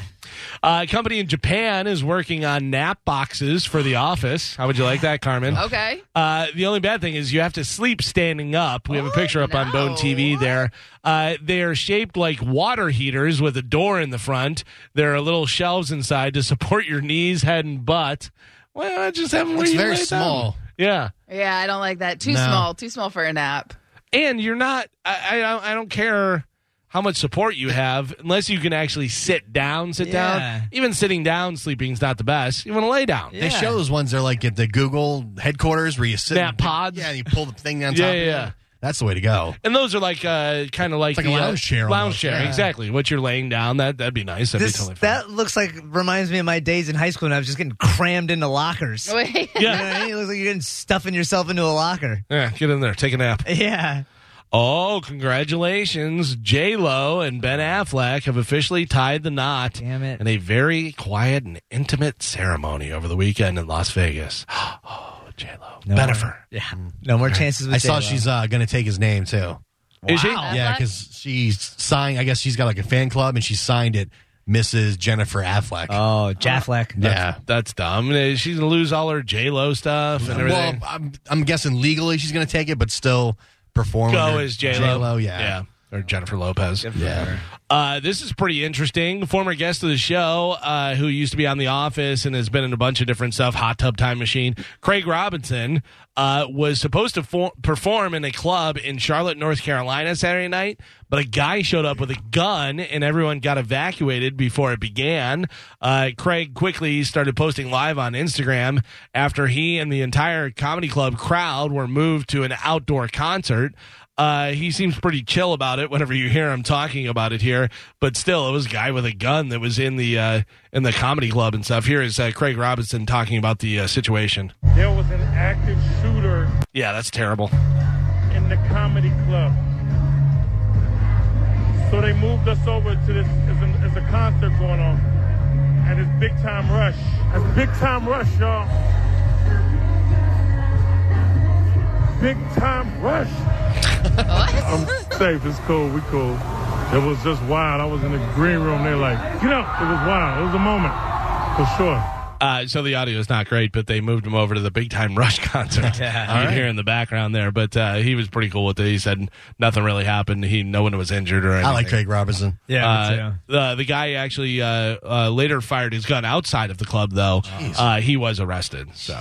Speaker 3: Uh, a company in Japan is working on nap boxes for the office. How would you like that, Carmen?
Speaker 4: Okay.
Speaker 3: Uh, the only bad thing is you have to sleep standing up. We have a picture up on Bone
Speaker 4: no.
Speaker 3: TV there. Uh, they are shaped like water heaters with a door in the front. There are little shelves inside to support your knees, head, and butt. Well, I just have them where
Speaker 6: It's
Speaker 3: you
Speaker 6: very
Speaker 3: lay down.
Speaker 6: small.
Speaker 3: Yeah.
Speaker 4: Yeah, I don't like that. Too
Speaker 6: No.
Speaker 4: small. Too small for a nap.
Speaker 3: and you're not I, I i don't care how much support you have unless you can actually sit down sit
Speaker 5: Yeah.
Speaker 3: down even sitting down sleeping's not the best you want to lay down
Speaker 6: They show those ones they're like at the Google headquarters where you sit.
Speaker 3: That
Speaker 6: and-
Speaker 3: pods?
Speaker 6: Yeah, and you pull the thing down
Speaker 3: Yeah,
Speaker 6: top. of
Speaker 3: yeah,
Speaker 6: you.
Speaker 3: yeah.
Speaker 6: That's the way to go.
Speaker 3: and those are like uh kind of like,
Speaker 6: like a
Speaker 3: the, uh,
Speaker 6: lounge chair
Speaker 3: lounge
Speaker 6: almost,
Speaker 3: chair
Speaker 6: yeah.
Speaker 3: exactly what you're laying down that that'd be nice that'd
Speaker 5: this
Speaker 3: be totally fine.
Speaker 5: that looks like reminds me of my days in high school, and I was just getting crammed into lockers.
Speaker 4: Wait.
Speaker 5: You know what I mean? It looks like you're getting stuffing yourself into a locker.
Speaker 3: yeah get in there take a nap
Speaker 5: Yeah.
Speaker 3: oh congratulations j lo and ben affleck have officially tied the knot
Speaker 5: Damn it.
Speaker 3: in a very quiet and intimate ceremony over the weekend in las vegas oh j lo Bennifer.
Speaker 5: Yeah. No more chances with
Speaker 6: Mm. I saw
Speaker 5: J-Lo.
Speaker 6: she's uh, going to take his name too.
Speaker 3: Is she?
Speaker 6: Yeah, because she's signed. I guess she's got like a fan club, and she signed it, Mrs. Jennifer Affleck.
Speaker 5: Oh, Jaffleck.
Speaker 6: yeah.
Speaker 3: That's dumb. She's gonna lose all her J Lo stuff and
Speaker 6: Well,
Speaker 3: everything.
Speaker 6: I'm, I'm guessing legally she's going to take it, but still perform.
Speaker 3: Go
Speaker 6: under
Speaker 3: is J
Speaker 6: J-Lo,
Speaker 3: Lo.
Speaker 6: yeah.
Speaker 3: Or Jennifer Lopez.
Speaker 6: Yeah.
Speaker 3: Uh, this is pretty interesting. Former guest of the show, uh, who used to be on The Office and has been in a bunch of different stuff, Hot Tub Time Machine, Craig Robinson, uh, was supposed to for- perform in a club in Charlotte, North Carolina Saturday night, but a guy showed up with a gun and everyone got evacuated before it began. Uh, Craig quickly started posting live on Instagram after he and the entire comedy club crowd were moved to an outdoor concert. Uh, he seems pretty chill about it whenever you hear him talking about it here. But still, it was a guy with a gun that was in the uh, in the comedy club and stuff. Here is uh, Craig Robinson talking about the uh, situation.
Speaker 7: There was an active shooter
Speaker 3: Yeah, that's terrible.
Speaker 7: in the comedy club. So they moved us over to this, there's a, there's a concert going on. And it's Big Time Rush. It's Big Time Rush, y'all. Big Time Rush. I'm safe, it's cool, we cool. It was just wild. I was in the green room, they're like, get up. It was wild. It was a moment, for sure.
Speaker 3: Uh, so the audio is not great, but they moved him over to the Big Time Rush concert. you can hear in the background there, but uh, he was pretty cool with it. He said nothing really happened. He no one was injured or anything.
Speaker 6: I like Craig Robinson.
Speaker 3: Uh, the the guy actually uh, uh, later fired his gun outside of the club, though. Uh, he was arrested. So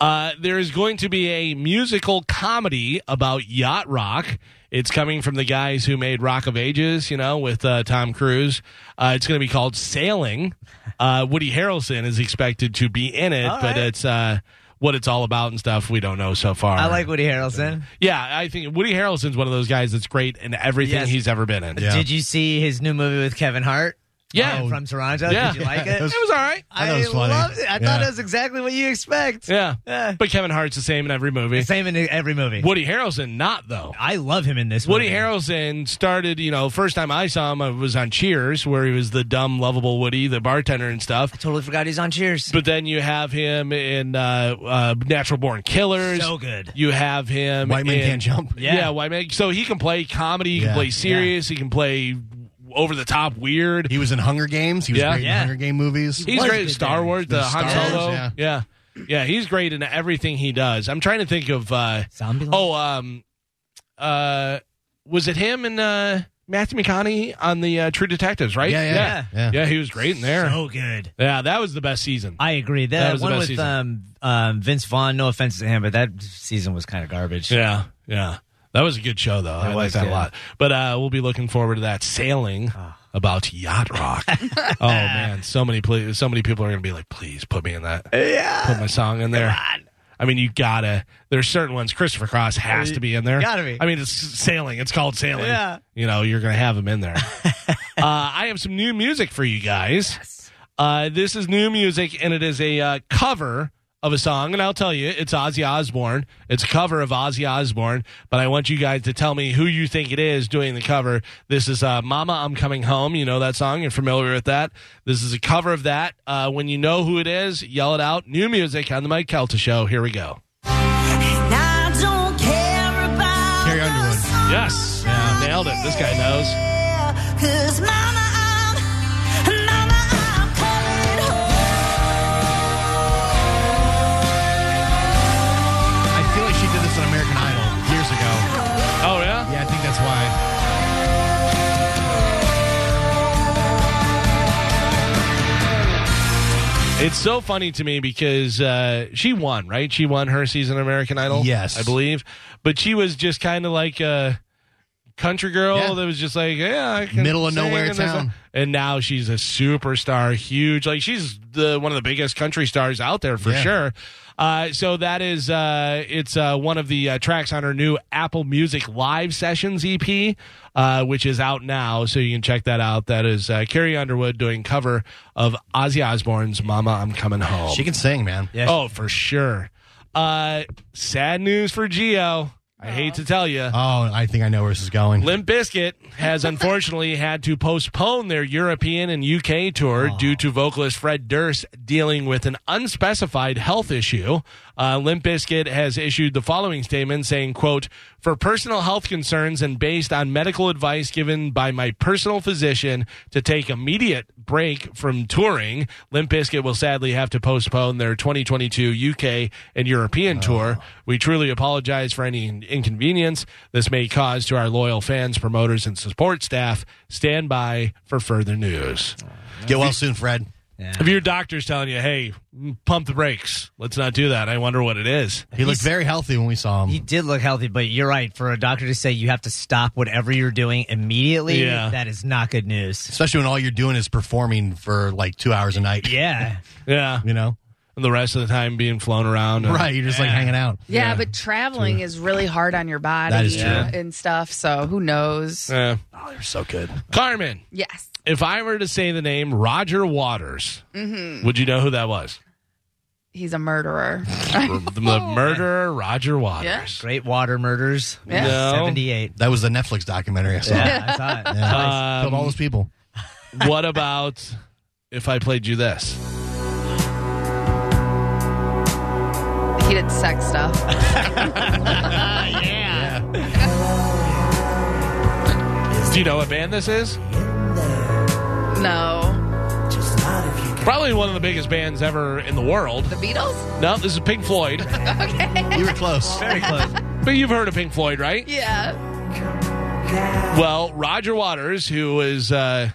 Speaker 3: uh, there is going to be a musical comedy about yacht rock. It's coming from the guys who made Rock of Ages, you know, with uh, Tom Cruise. Uh, it's going to be called Sailing. Uh, Woody Harrelson is expected to be in it,
Speaker 5: All
Speaker 3: but
Speaker 5: right.
Speaker 3: it's uh, what it's all about and stuff. We don't know so far.
Speaker 5: I like Woody Harrelson.
Speaker 3: Yeah, I think Woody Harrelson's one of those guys that's great in everything
Speaker 5: Yes.
Speaker 3: he's ever been in.
Speaker 6: Yeah.
Speaker 5: Did you see his new movie with Kevin Hart?
Speaker 3: Yeah.
Speaker 5: Oh, from Toronto.
Speaker 3: Yeah.
Speaker 5: Did you like it?
Speaker 3: It was all right.
Speaker 6: I thought it was
Speaker 5: I
Speaker 6: funny.
Speaker 5: loved it. I thought
Speaker 6: Yeah.
Speaker 5: it was exactly what you expect.
Speaker 3: Yeah.
Speaker 5: Yeah.
Speaker 3: But Kevin Hart's the same in every movie.
Speaker 5: Same in every movie.
Speaker 3: Woody Harrelson, not though.
Speaker 5: I love him in this.
Speaker 3: Woody
Speaker 5: movie.
Speaker 3: Harrelson started, you know, first time I saw him I was on Cheers, where he was the dumb, lovable Woody, the bartender and stuff.
Speaker 5: Totally forgot he's on Cheers.
Speaker 3: But then you have him in uh, uh, Natural Born Killers.
Speaker 5: So good.
Speaker 3: You have him.
Speaker 6: White man
Speaker 3: in-
Speaker 6: can't jump.
Speaker 3: Yeah.
Speaker 5: Yeah.
Speaker 3: White man. So he can play comedy. He can
Speaker 6: Yeah.
Speaker 3: play serious. He can play over the top weird.
Speaker 6: He was in Hunger Games. He was
Speaker 3: Yeah.
Speaker 6: great
Speaker 5: Yeah.
Speaker 6: in Hunger Game movies.
Speaker 3: He's
Speaker 5: was
Speaker 3: great
Speaker 5: good
Speaker 3: at Star
Speaker 5: there.
Speaker 3: Wars, the,
Speaker 6: The
Speaker 3: Han
Speaker 6: Star Wars,
Speaker 3: Solo.
Speaker 6: yeah.
Speaker 3: yeah. Yeah, he's great in everything he does. I'm trying to think of uh
Speaker 5: Zombie.
Speaker 3: oh um uh was it him and uh Matthew McConaughey on the uh, True Detectives, right?
Speaker 6: Yeah, yeah,
Speaker 3: yeah.
Speaker 6: yeah.
Speaker 3: he was great in there.
Speaker 5: so good.
Speaker 3: yeah, that was the best season.
Speaker 5: I agree. That,
Speaker 3: That was the
Speaker 5: one
Speaker 3: best
Speaker 5: with
Speaker 3: season.
Speaker 5: um um Vince Vaughn. No offense to him, but that season was kind of garbage.
Speaker 3: yeah, yeah. That was a good show though. I like
Speaker 5: was,
Speaker 3: that a
Speaker 5: yeah. Ah.
Speaker 3: lot. But uh we'll be looking forward to that sailing about yacht rock. oh man, so many pl- so many people are going to be like, "Please put me in that."
Speaker 5: Yeah.
Speaker 3: put my song in there. I mean, you gotta. There's certain ones. Christopher Cross has to be in there.
Speaker 5: Gotta be.
Speaker 3: I mean, it's sailing. It's called sailing.
Speaker 5: Yeah.
Speaker 3: You know, you're gonna have him in there. uh, I have some new music for you guys. Uh, this is new music, and it is a uh, cover of a song. And I'll tell you, it's Ozzy Osbourne. It's a cover of Ozzy Osbourne. But I want you guys to tell me who you think it is doing the cover. This is uh, "Mama, I'm Coming Home." You know that song. You're familiar with that. This is a cover of that. Uh, when you know who it is, yell it out. New music on the Mike Kelta Show. Here we go.
Speaker 8: I don't care about
Speaker 6: Carrie Underwood.
Speaker 3: Yes, nailed it. This guy knows.
Speaker 8: Cause mama, I'm, mama, I'm coming
Speaker 6: I feel like she did this on American Idol years ago.
Speaker 3: Oh yeah.
Speaker 6: Yeah, I think that's why.
Speaker 3: It's so funny to me because uh, she won, right? She won her season of American Idol.
Speaker 6: Yes.
Speaker 3: I believe. But she was just kind of like a country girl
Speaker 6: Yeah.
Speaker 3: that was just like, yeah, I can
Speaker 6: Middle of
Speaker 3: sing
Speaker 6: nowhere
Speaker 3: and this-
Speaker 6: town.
Speaker 3: And now she's a superstar, huge. Like she's the one of the biggest country stars out there for
Speaker 6: Yeah.
Speaker 3: sure. Uh, so that is uh, it's uh, one of the uh, tracks on her new Apple Music Live Sessions EP, uh, which is out now. So you can check that out. That is uh, Carrie Underwood doing cover of Ozzy Osbourne's "Mama, I'm Coming Home."
Speaker 6: She can sing, man.
Speaker 5: Yeah.
Speaker 3: oh, for sure. Uh, sad news for Geo. I hate to tell you.
Speaker 6: Oh, I think I know where this is going.
Speaker 3: Limp Bizkit has unfortunately had to postpone their European and UK tour due to vocalist Fred Durst dealing with an unspecified health issue. Uh, Limp Bizkit has issued the following statement saying, quote, for personal health concerns and based on medical advice given by my personal physician to take immediate break from touring, Limp Bizkit will sadly have to postpone their 2022 UK and
Speaker 6: Oh.
Speaker 3: European tour. We truly apologize for any in- inconvenience this may cause to our loyal fans, promoters, and support staff. Stand by for further news.
Speaker 6: Get well soon, Fred.
Speaker 3: If your doctor's telling you, hey, mm, pump the brakes, let's not do that, I wonder what it is.
Speaker 6: He looked very healthy when we saw him.
Speaker 5: He did look healthy, but you're right. For a doctor to say you have to stop whatever you're doing immediately,
Speaker 3: Yeah.
Speaker 5: that is not good news.
Speaker 6: Especially when all you're doing is performing for like two hours a night.
Speaker 5: Yeah.
Speaker 3: Yeah.
Speaker 6: You know?
Speaker 3: And the rest of the time being flown around. and-
Speaker 6: Right. You're just like hanging out.
Speaker 4: Yeah, but traveling is really hard on your body
Speaker 6: That is true.
Speaker 4: and stuff. So who knows?
Speaker 3: Yeah.
Speaker 6: Oh, they're so good.
Speaker 3: Carmen.
Speaker 4: Yes.
Speaker 3: if I were to say the name Roger Waters, would you know who that was?
Speaker 4: He's a murderer.
Speaker 3: the, the murderer Roger Waters.
Speaker 5: Great water murders.
Speaker 4: Yeah.
Speaker 3: No.
Speaker 5: 78.
Speaker 6: That was the Netflix documentary I saw.
Speaker 5: Yeah, I saw it.
Speaker 6: Yeah.
Speaker 3: Um,
Speaker 6: Killed all those people.
Speaker 3: what about if I played you this?
Speaker 4: he did sex stuff.
Speaker 3: Do you know what band this is?
Speaker 4: No.
Speaker 3: Probably one of the biggest bands ever in the world.
Speaker 4: The Beatles?
Speaker 3: No, this is Pink Floyd.
Speaker 4: Okay.
Speaker 6: You were close.
Speaker 5: Very close.
Speaker 3: but you've heard of Pink Floyd, right?
Speaker 4: yeah.
Speaker 3: Well, Roger Waters, who is, uh,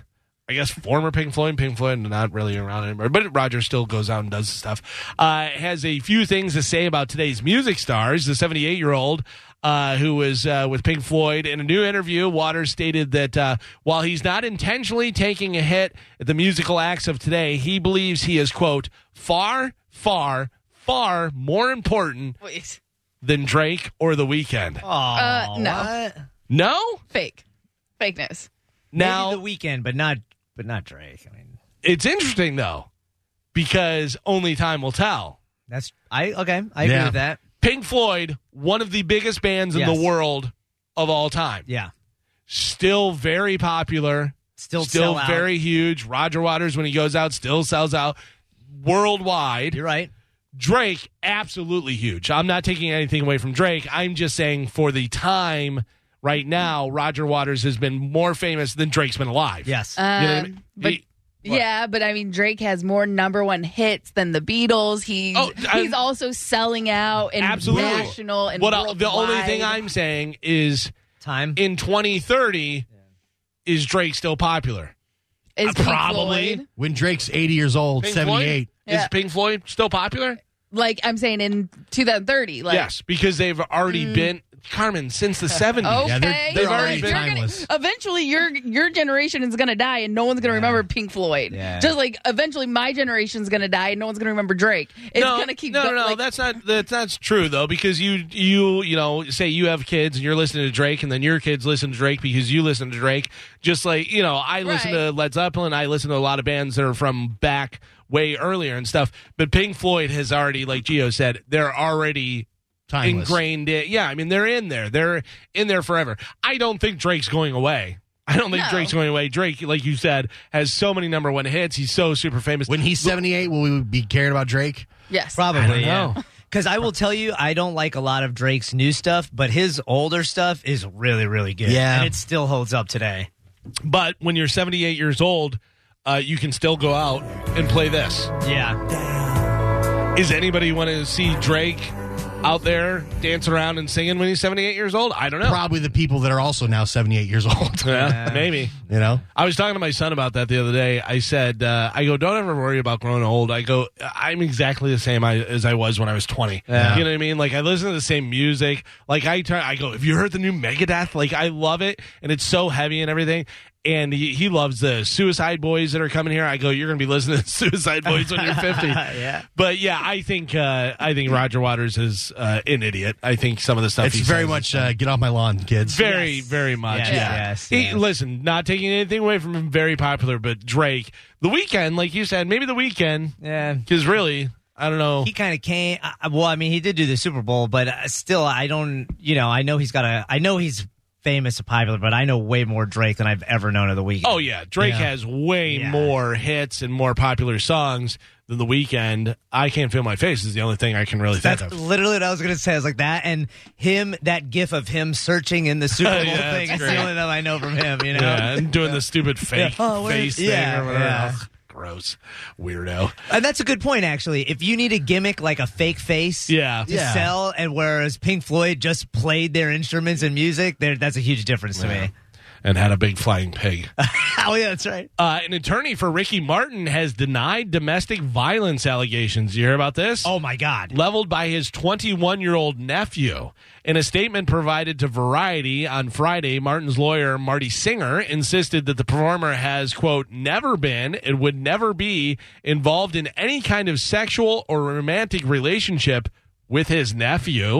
Speaker 3: I guess, former Pink Floyd, Pink Floyd, not really around anymore, but Roger still goes out and does stuff, uh, has a few things to say about today's music stars. The 78 year old. Uh, who was uh, with Pink Floyd in a new interview? Waters stated that uh, while he's not intentionally taking a hit at the musical acts of today, he believes he is quote far, far, far more important
Speaker 4: Wait.
Speaker 3: than Drake or The Weeknd.
Speaker 4: Uh, no.
Speaker 3: No,
Speaker 4: Fake. Fakeness.
Speaker 5: Now
Speaker 3: now
Speaker 5: the weekend, but not but not Drake. I mean,
Speaker 3: It's interesting though, because only time will tell.
Speaker 5: that's I okay. I agree
Speaker 6: Yeah.
Speaker 5: with that.
Speaker 3: Pink Floyd, one of the biggest bands in
Speaker 5: Yes.
Speaker 3: the world of all time,
Speaker 5: Yeah,
Speaker 3: still very popular,
Speaker 5: still
Speaker 3: still
Speaker 5: sell out.
Speaker 3: very huge. Roger Waters, when he goes out, still sells out worldwide.
Speaker 5: You're right.
Speaker 3: Drake, absolutely huge. I'm not taking anything away from Drake. I'm just saying for the time right now, Roger Waters has been more famous than Drake's been alive.
Speaker 5: Yes.
Speaker 3: You know what I mean?
Speaker 4: Um, but
Speaker 3: He-
Speaker 4: yeah, but I mean Drake has more number one hits than the Beatles. He
Speaker 3: Oh, I-
Speaker 4: he's also selling out and
Speaker 3: Absolutely.
Speaker 4: national and
Speaker 3: what I- the only thing
Speaker 4: worldwide.
Speaker 3: I'm saying is
Speaker 5: Time.
Speaker 3: in 2030, is Drake still popular?
Speaker 4: is Pink
Speaker 3: probably.
Speaker 4: Floyd.
Speaker 6: When Drake's 80 years old,
Speaker 3: Pink Floyd?
Speaker 6: 78.
Speaker 4: Yeah.
Speaker 3: Is Pink Floyd still popular?
Speaker 4: like I'm saying in 2030. Like Mm.
Speaker 3: yes, because they've already been Carmen since the 70s.
Speaker 4: Okay,
Speaker 6: Yeah, they're- they're
Speaker 4: but
Speaker 3: already
Speaker 4: you're gonna-
Speaker 6: timeless.
Speaker 4: eventually, your your generation is gonna die, and no one's gonna remember Pink Floyd.
Speaker 5: Yeah.
Speaker 4: Just like eventually, my generation's gonna die, and no one's gonna remember Drake. It's
Speaker 3: no,
Speaker 4: gonna keep
Speaker 3: no,
Speaker 4: going.
Speaker 3: no, no.
Speaker 4: like,
Speaker 3: that's not that's that's true though, because you you you know say you have kids and you're listening to Drake, and then your kids listen to Drake because you listen to Drake. Just like you know, I listen
Speaker 4: Right.
Speaker 3: to Led Zeppelin, I listen to a lot of bands that are from back way earlier and stuff. But Pink Floyd has already, like Gio said, they're already
Speaker 6: Timeless.
Speaker 3: ingrained in. Yeah, I mean they're in there. They're in there forever. I don't think Drake's going away. I don't think
Speaker 4: No.
Speaker 3: Drake's going away. Drake, like you said, has so many number one hits. He's so super famous.
Speaker 6: When he's 78, will we be caring about Drake?
Speaker 4: yes,
Speaker 5: Probably.
Speaker 3: don't know.
Speaker 5: Because I will tell you, I don't like a lot of Drake's new stuff, but his older stuff is really, really good.
Speaker 6: Yeah.
Speaker 5: and it still holds up today.
Speaker 3: But when you're 78 years old, uh, you can still go out and play this.
Speaker 5: Yeah,
Speaker 3: Is anybody want to see Drake out there dancing around and singing when he's 78 years old? I don't know.
Speaker 6: Probably the people that are also now 78 years old.
Speaker 3: Yeah, maybe.
Speaker 6: you know?
Speaker 3: I was talking to my son about that the other day. I said, uh, I go, don't ever worry about growing old. I go, I'm exactly the same I, as I was when I was 20. You know what I mean? Like, I listen to the same music. Like, I turn, I go, have you heard the new Megadeth? Like, I love it. And it's so heavy and everything. And he, he loves the Suicide Boys that are coming here. I go, you're going to be listening to Suicide Boys when you're 50.
Speaker 5: Yeah.
Speaker 3: But yeah, I think, uh, I think Roger Waters is uh, an idiot. I think some of the stuff
Speaker 6: It's
Speaker 3: he
Speaker 6: very
Speaker 3: says is-
Speaker 6: much uh, get off my lawn, kids.
Speaker 3: very,
Speaker 5: Yes.
Speaker 3: very much.
Speaker 5: Yes,
Speaker 3: yeah.
Speaker 5: yes,
Speaker 3: He-
Speaker 5: yes.
Speaker 3: Listen, not taking anything away from him, very popular, but Drake, the weekend, like you said, maybe the weekend,
Speaker 5: yeah.
Speaker 3: because really, I don't know.
Speaker 5: He kind of came. I- Well, I mean, he did do the Super Bowl, but uh, still, I don't. You know, I know he's got a. I know he's famous and popular, but I know way more Drake than I've ever known of the weekend.
Speaker 3: oh yeah, Drake has way
Speaker 5: Yeah.
Speaker 3: more hits and more popular songs than the weekend. I can't feel my face is the only thing I can really think
Speaker 5: That's
Speaker 3: of.
Speaker 5: literally what I was gonna say. I was like that, and him that gif of him searching in the Super Bowl
Speaker 3: Yeah, that's
Speaker 5: thing is
Speaker 3: great.
Speaker 5: the only thing I know from him. You know,
Speaker 3: Yeah, and doing the stupid fake
Speaker 5: Oh, where-
Speaker 3: face
Speaker 5: yeah,
Speaker 3: thing or whatever.
Speaker 5: yeah.
Speaker 3: Ugh, Gross, weirdo.
Speaker 5: And that's a good point, actually. If you need a gimmick like a fake face,
Speaker 3: Yeah.
Speaker 5: to
Speaker 3: Yeah.
Speaker 5: sell, and whereas Pink Floyd just played their instruments and music, there that's a huge difference to me.
Speaker 3: And had a big flying pig.
Speaker 5: oh yeah, that's right.
Speaker 3: Uh, an attorney for Ricky Martin has denied domestic violence allegations. You hear about this?
Speaker 5: Oh my God.
Speaker 3: leveled by his 21 year old nephew. In a statement provided to Variety on Friday, Martin's lawyer, Marty Singer, insisted that the performer has, quote, never been and would never be involved in any kind of sexual or romantic relationship with his nephew.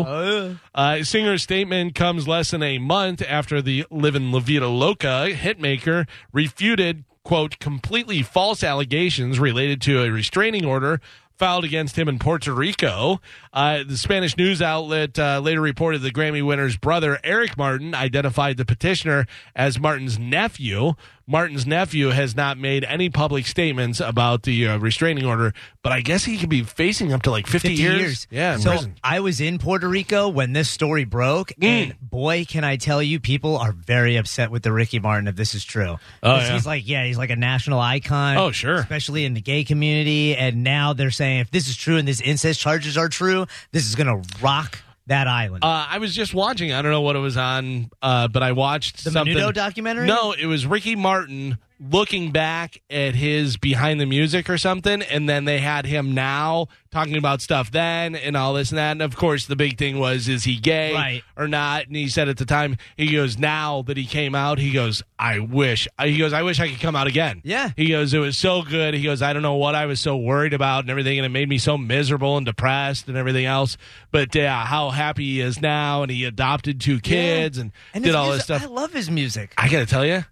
Speaker 3: Uh, Singer's statement comes less than a month after the Livin' La Vida Loca hitmaker refuted, quote, completely false allegations related to a restraining order filed against him in Puerto Rico. Uh, the Spanish news outlet uh, later reported the Grammy winner's brother, Eric Martin, identified the petitioner as Martin's nephew. Martin's nephew has not made any public statements about the uh, restraining order, but I guess he could be facing up to like 50,
Speaker 5: 50
Speaker 3: years.
Speaker 5: years.
Speaker 3: Yeah, in
Speaker 5: So
Speaker 3: prison.
Speaker 5: I was in Puerto Rico when this story broke,
Speaker 3: Mm.
Speaker 5: and boy, can I tell you, people are very upset with the Ricky Martin if this is true.
Speaker 3: Oh,
Speaker 5: 'Cause
Speaker 3: yeah.
Speaker 5: He's like, yeah, he's like a national icon.
Speaker 3: Oh, sure.
Speaker 5: Especially in the gay community. And now they're saying if this is true and these incest charges are true, this is going to rock that island.
Speaker 3: Uh, I was just watching. I don't know what it was on, uh, but I watched
Speaker 5: The
Speaker 3: something.
Speaker 5: Menudo documentary?
Speaker 3: No, it was Ricky Martin looking back at his behind the music or something, and then they had him now talking about stuff then and all this and that. And of course, the big thing was is he gay
Speaker 5: Right.
Speaker 3: or not? And he said at the time, he goes, now that he came out, he goes, I wish. He goes, I wish I could come out again.
Speaker 5: Yeah.
Speaker 3: He goes, it was so good. He goes, I don't know what I was so worried about and everything, and it made me so miserable and depressed and everything else. But yeah, how happy he is now, and he adopted two kids and,
Speaker 5: And
Speaker 3: did
Speaker 5: his
Speaker 3: all
Speaker 5: music-
Speaker 3: this stuff.
Speaker 5: I love his music.
Speaker 3: I, gotta tell you,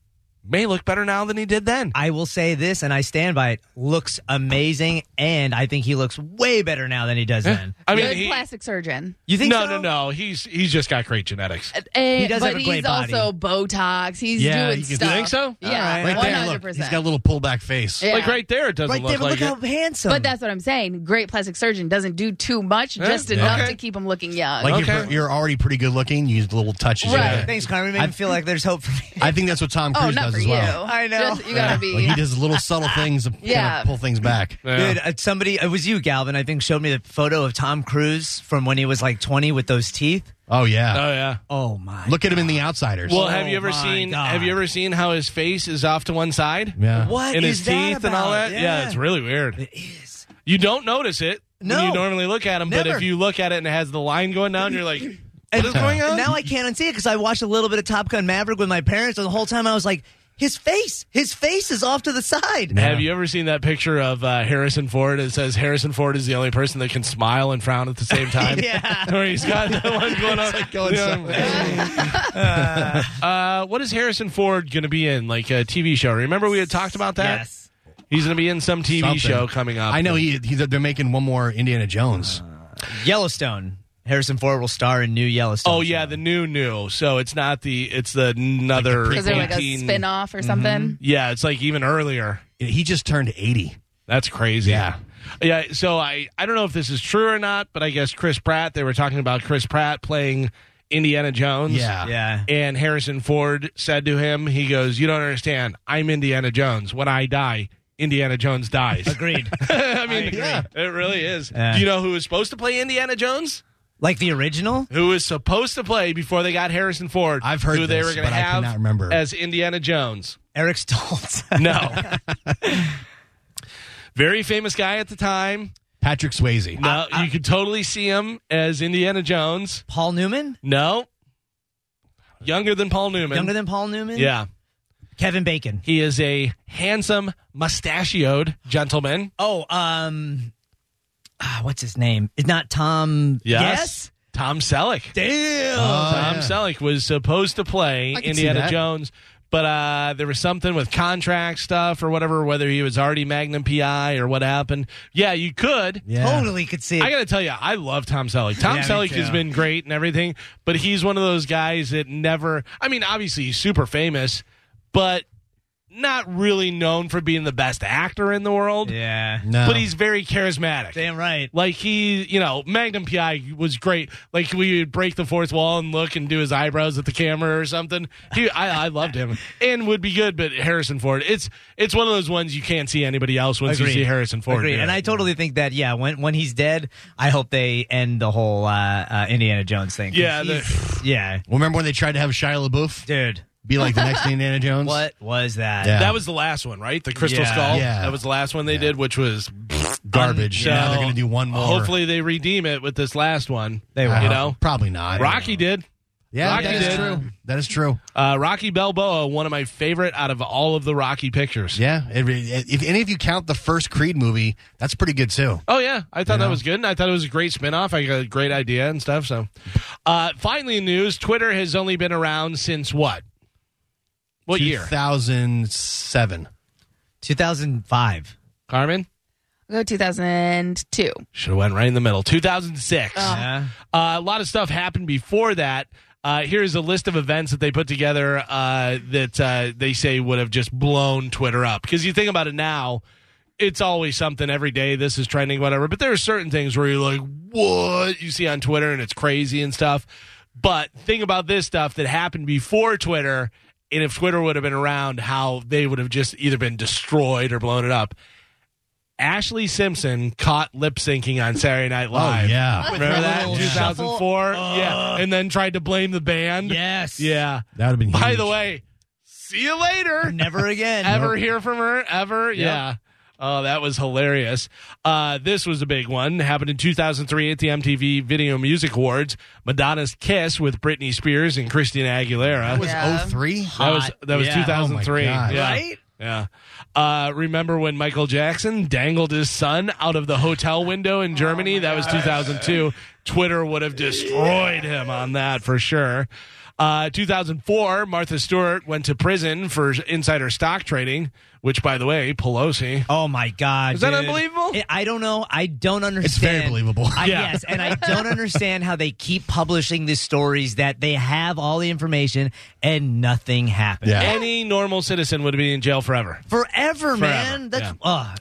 Speaker 3: may look better now than he did then.
Speaker 5: I will say this, and I stand by it. Looks amazing, and I think he looks way better now than he does then.
Speaker 3: Eh, I mean,
Speaker 4: Good
Speaker 3: he-
Speaker 4: plastic surgeon.
Speaker 5: You think?
Speaker 3: no,
Speaker 5: so?
Speaker 3: no, no. He's he's just got great genetics.
Speaker 4: Eh,
Speaker 5: He does
Speaker 4: but
Speaker 5: have a
Speaker 4: he's
Speaker 5: great body.
Speaker 4: also Botox. He's
Speaker 6: Yeah,
Speaker 4: doing
Speaker 6: you can-
Speaker 4: stuff.
Speaker 3: You think so?
Speaker 4: Yeah,
Speaker 6: Right
Speaker 4: one
Speaker 6: there,
Speaker 4: hundred
Speaker 6: look, he's
Speaker 4: percent.
Speaker 6: got a little pullback face.
Speaker 4: Yeah.
Speaker 3: Like right there, it doesn't
Speaker 5: Right
Speaker 3: look
Speaker 5: there, but
Speaker 3: like
Speaker 5: look how
Speaker 3: it.
Speaker 5: handsome.
Speaker 4: But that's what I'm saying. Great plastic surgeon doesn't do too much,
Speaker 3: Yeah.
Speaker 4: just enough
Speaker 3: Okay.
Speaker 4: to keep him looking young.
Speaker 6: Like
Speaker 3: Okay.
Speaker 6: if you're, you're already pretty good looking, you use little touches.
Speaker 4: Right.
Speaker 6: Yeah.
Speaker 5: Thanks, Carmen. You made me feel like there's hope for me.
Speaker 6: I think that's what Tom
Speaker 4: oh,
Speaker 6: Cruise
Speaker 4: not
Speaker 6: does
Speaker 4: for
Speaker 6: as
Speaker 4: you.
Speaker 6: well.
Speaker 5: I know.
Speaker 4: Just, you gotta be.
Speaker 6: Like he does little subtle things to
Speaker 4: Yeah.
Speaker 6: kind of pull things back.
Speaker 3: Yeah.
Speaker 5: Dude, uh, somebody, it was you, Galvin, I think, showed me the photo of Tom Cruise from when he was like 20 with those teeth.
Speaker 6: Oh yeah.
Speaker 3: Oh yeah.
Speaker 5: Oh, my.
Speaker 6: Look at him in The Outsiders.
Speaker 3: Well, have
Speaker 5: Oh,
Speaker 3: you ever
Speaker 5: my
Speaker 3: seen?
Speaker 5: God.
Speaker 3: Have you ever seen how his face is off to one side?
Speaker 6: yeah.
Speaker 5: What
Speaker 3: and
Speaker 5: is
Speaker 3: his
Speaker 5: that
Speaker 3: teeth and all
Speaker 5: about?
Speaker 3: that. Yeah. it's really weird.
Speaker 5: It is.
Speaker 3: You don't notice it when
Speaker 5: No.
Speaker 3: you normally look at him, but
Speaker 5: Never.
Speaker 3: if you look at it and it has the line going down, you're like,
Speaker 5: And-
Speaker 3: "What is going on?"
Speaker 5: and now I can't unsee it because I watched a little bit of Top Gun Maverick with my parents, and the whole time I was like, his face, his face is off to the side.
Speaker 3: Have you ever seen that picture of uh, Harrison Ford? It says Harrison Ford is the only person that can smile and frown at the same time.
Speaker 5: Yeah.
Speaker 3: Where he's got that one going on. Yeah. uh, what is Harrison Ford going to be in? Like a TV show? Remember we had talked about that?
Speaker 5: Yes.
Speaker 3: He's going to be in some TV
Speaker 6: Something.
Speaker 3: show coming up.
Speaker 6: I know he, he. They're making one more Indiana Jones.
Speaker 3: Uh.
Speaker 5: Yellowstone. Harrison Ford will star in new Yellowstone.
Speaker 3: Oh yeah, the new new. So it's not the it's the another
Speaker 4: Is there like a
Speaker 3: 18
Speaker 4: spin off or
Speaker 6: Mm-hmm.
Speaker 4: something?
Speaker 3: Yeah, it's like even earlier.
Speaker 6: He just turned eighty.
Speaker 3: That's crazy.
Speaker 6: Yeah.
Speaker 3: Yeah, so I I don't know if this is true or not, but I guess Chris Pratt, they were talking about Chris Pratt playing Indiana Jones.
Speaker 6: Yeah.
Speaker 5: Yeah.
Speaker 3: And Harrison Ford said to him, he goes, "You don't understand. I'm Indiana Jones. When I die, Indiana Jones dies."
Speaker 5: Agreed.
Speaker 3: I mean, yeah, it really is.
Speaker 5: Yeah.
Speaker 3: Do you know who was supposed to play Indiana Jones?
Speaker 5: like the original?
Speaker 3: Who was supposed to play before they got Harrison Ford?
Speaker 6: I've heard
Speaker 3: who they
Speaker 6: this,
Speaker 3: were gonna
Speaker 6: but I
Speaker 3: have
Speaker 6: cannot remember.
Speaker 3: as Indiana Jones.
Speaker 5: Eric Stoltz.
Speaker 3: No. Very famous guy at the time.
Speaker 6: Patrick Swayze.
Speaker 3: No, you could totally see him as Indiana Jones.
Speaker 5: Paul Newman?
Speaker 3: No. Younger than Paul Newman.
Speaker 5: Younger than Paul Newman?
Speaker 3: Yeah.
Speaker 5: Kevin Bacon.
Speaker 3: He is a handsome, mustachioed gentleman.
Speaker 5: Oh, um, ah, what's his name? It's not Tom. Yes?
Speaker 3: Tom Selleck.
Speaker 5: Damn.
Speaker 3: Tom Selleck was supposed to play
Speaker 6: Oh, I can see
Speaker 3: Indiana
Speaker 6: that.
Speaker 3: Jones, but uh, there was something with contract stuff or whatever, whether he was already Magnum PI or what happened. Yeah, you could.
Speaker 6: Yeah.
Speaker 5: Totally could see it.
Speaker 3: I got to tell you, I love Tom Selleck. Tom
Speaker 5: Yeah, me
Speaker 3: Selleck has
Speaker 5: too.
Speaker 3: been great and everything, but he's one of those guys that never. I mean, obviously he's super famous, but not really known for being the best actor in the world.
Speaker 5: yeah.
Speaker 6: No.
Speaker 3: But he's very charismatic.
Speaker 5: Damn right.
Speaker 3: Like he, you know, Magnum PI was great. Like we would break the fourth wall and look and do his eyebrows at the camera or something. He, I, I loved him and would be good. But Harrison Ford, it's it's one of those ones you can't see anybody else once you
Speaker 5: Agreed.
Speaker 3: see Harrison Ford.
Speaker 5: Agreed.
Speaker 3: do
Speaker 5: And
Speaker 3: it.
Speaker 5: I totally think that, yeah, when when he's dead, I hope they end the whole uh, uh, Indiana Jones thing. 'Cause
Speaker 3: Yeah, the-
Speaker 5: he's- yeah.
Speaker 6: Remember when they tried to have Shia LaBeouf
Speaker 5: Dude,
Speaker 6: be like the next Indiana Jones?
Speaker 5: what was that?
Speaker 6: Yeah.
Speaker 3: That was the last one, right? The Crystal
Speaker 5: Yeah.
Speaker 3: Skull.
Speaker 6: Yeah.
Speaker 3: That was the last one they did, which was
Speaker 6: Garbage.
Speaker 3: So
Speaker 6: now they're going to do one more.
Speaker 3: Hopefully, they redeem it with this last one.
Speaker 5: They
Speaker 6: Uh,
Speaker 5: were.
Speaker 3: you know?
Speaker 6: probably not.
Speaker 3: Rocky did.
Speaker 6: Yeah,
Speaker 3: Rocky
Speaker 6: that is
Speaker 3: did.
Speaker 6: true. That is true.
Speaker 3: Uh, Rocky Balboa, one of my favorite out of all of the Rocky pictures.
Speaker 6: Yeah. It, it- if any of you count the first Creed movie, that's pretty good too.
Speaker 3: Oh yeah, I thought that was good, and I thought it was a great spinoff. I got a great idea and stuff. So, uh, finally, in news: Twitter has only been around since what? What year,
Speaker 6: 2007.
Speaker 5: 2005.
Speaker 3: Carmen?
Speaker 4: Go 2002.
Speaker 3: Should have went right in the middle. Two thousand six.
Speaker 5: Yeah.
Speaker 3: Uh, a lot of stuff happened before that. Uh, here's a list of events that they put together uh, that uh, they say would have just blown Twitter up. Because you think about it now, it's always something every day. This is trending, whatever. But there are certain things where you're like, what you see on Twitter and it's crazy and stuff. But think about this stuff that happened before Twitter. And if Twitter would have been around, how they would have just either been destroyed or blown it up. Ashley Simpson caught lip syncing on Saturday Night Live.
Speaker 6: Oh, yeah.
Speaker 3: Remember
Speaker 5: her
Speaker 3: that?
Speaker 5: little
Speaker 3: 2004? Yeah.
Speaker 6: Uh.
Speaker 3: And then tried to blame the band?
Speaker 5: Yes.
Speaker 3: Yeah.
Speaker 6: That would have been
Speaker 3: By
Speaker 6: huge.
Speaker 3: the way, see you later.
Speaker 5: Never again.
Speaker 3: Ever hear from her? Ever? Yeah. Oh, that was hilarious. Uh, this was a big one. Happened in 2003 at the MTV Video Music Awards. Madonna's Kiss with Britney Spears and Christina Aguilera.
Speaker 6: That was
Speaker 4: Yeah.
Speaker 6: 03?
Speaker 3: That was that was
Speaker 5: Yeah.
Speaker 3: 2003.
Speaker 6: Oh my God.
Speaker 3: yeah.
Speaker 5: Right?
Speaker 3: Yeah. Uh, remember when Michael Jackson dangled his son out of the hotel window in Germany? that was 2002. Twitter would have destroyed him on that for sure. Uh, 2004, Martha Stewart went to prison for insider stock trading, which, by the way, Pelosi.
Speaker 5: Oh my God!
Speaker 3: Is that
Speaker 5: dude.
Speaker 3: unbelievable?
Speaker 5: It- I don't know. I don't understand.
Speaker 6: believable.
Speaker 5: I,
Speaker 3: Yeah.
Speaker 5: Yes, and I don't understand how they keep publishing these stories that they have all the information and nothing happens.
Speaker 6: Yeah.
Speaker 3: Any normal citizen would have been in jail forever.
Speaker 5: Forever, man. That's ugh.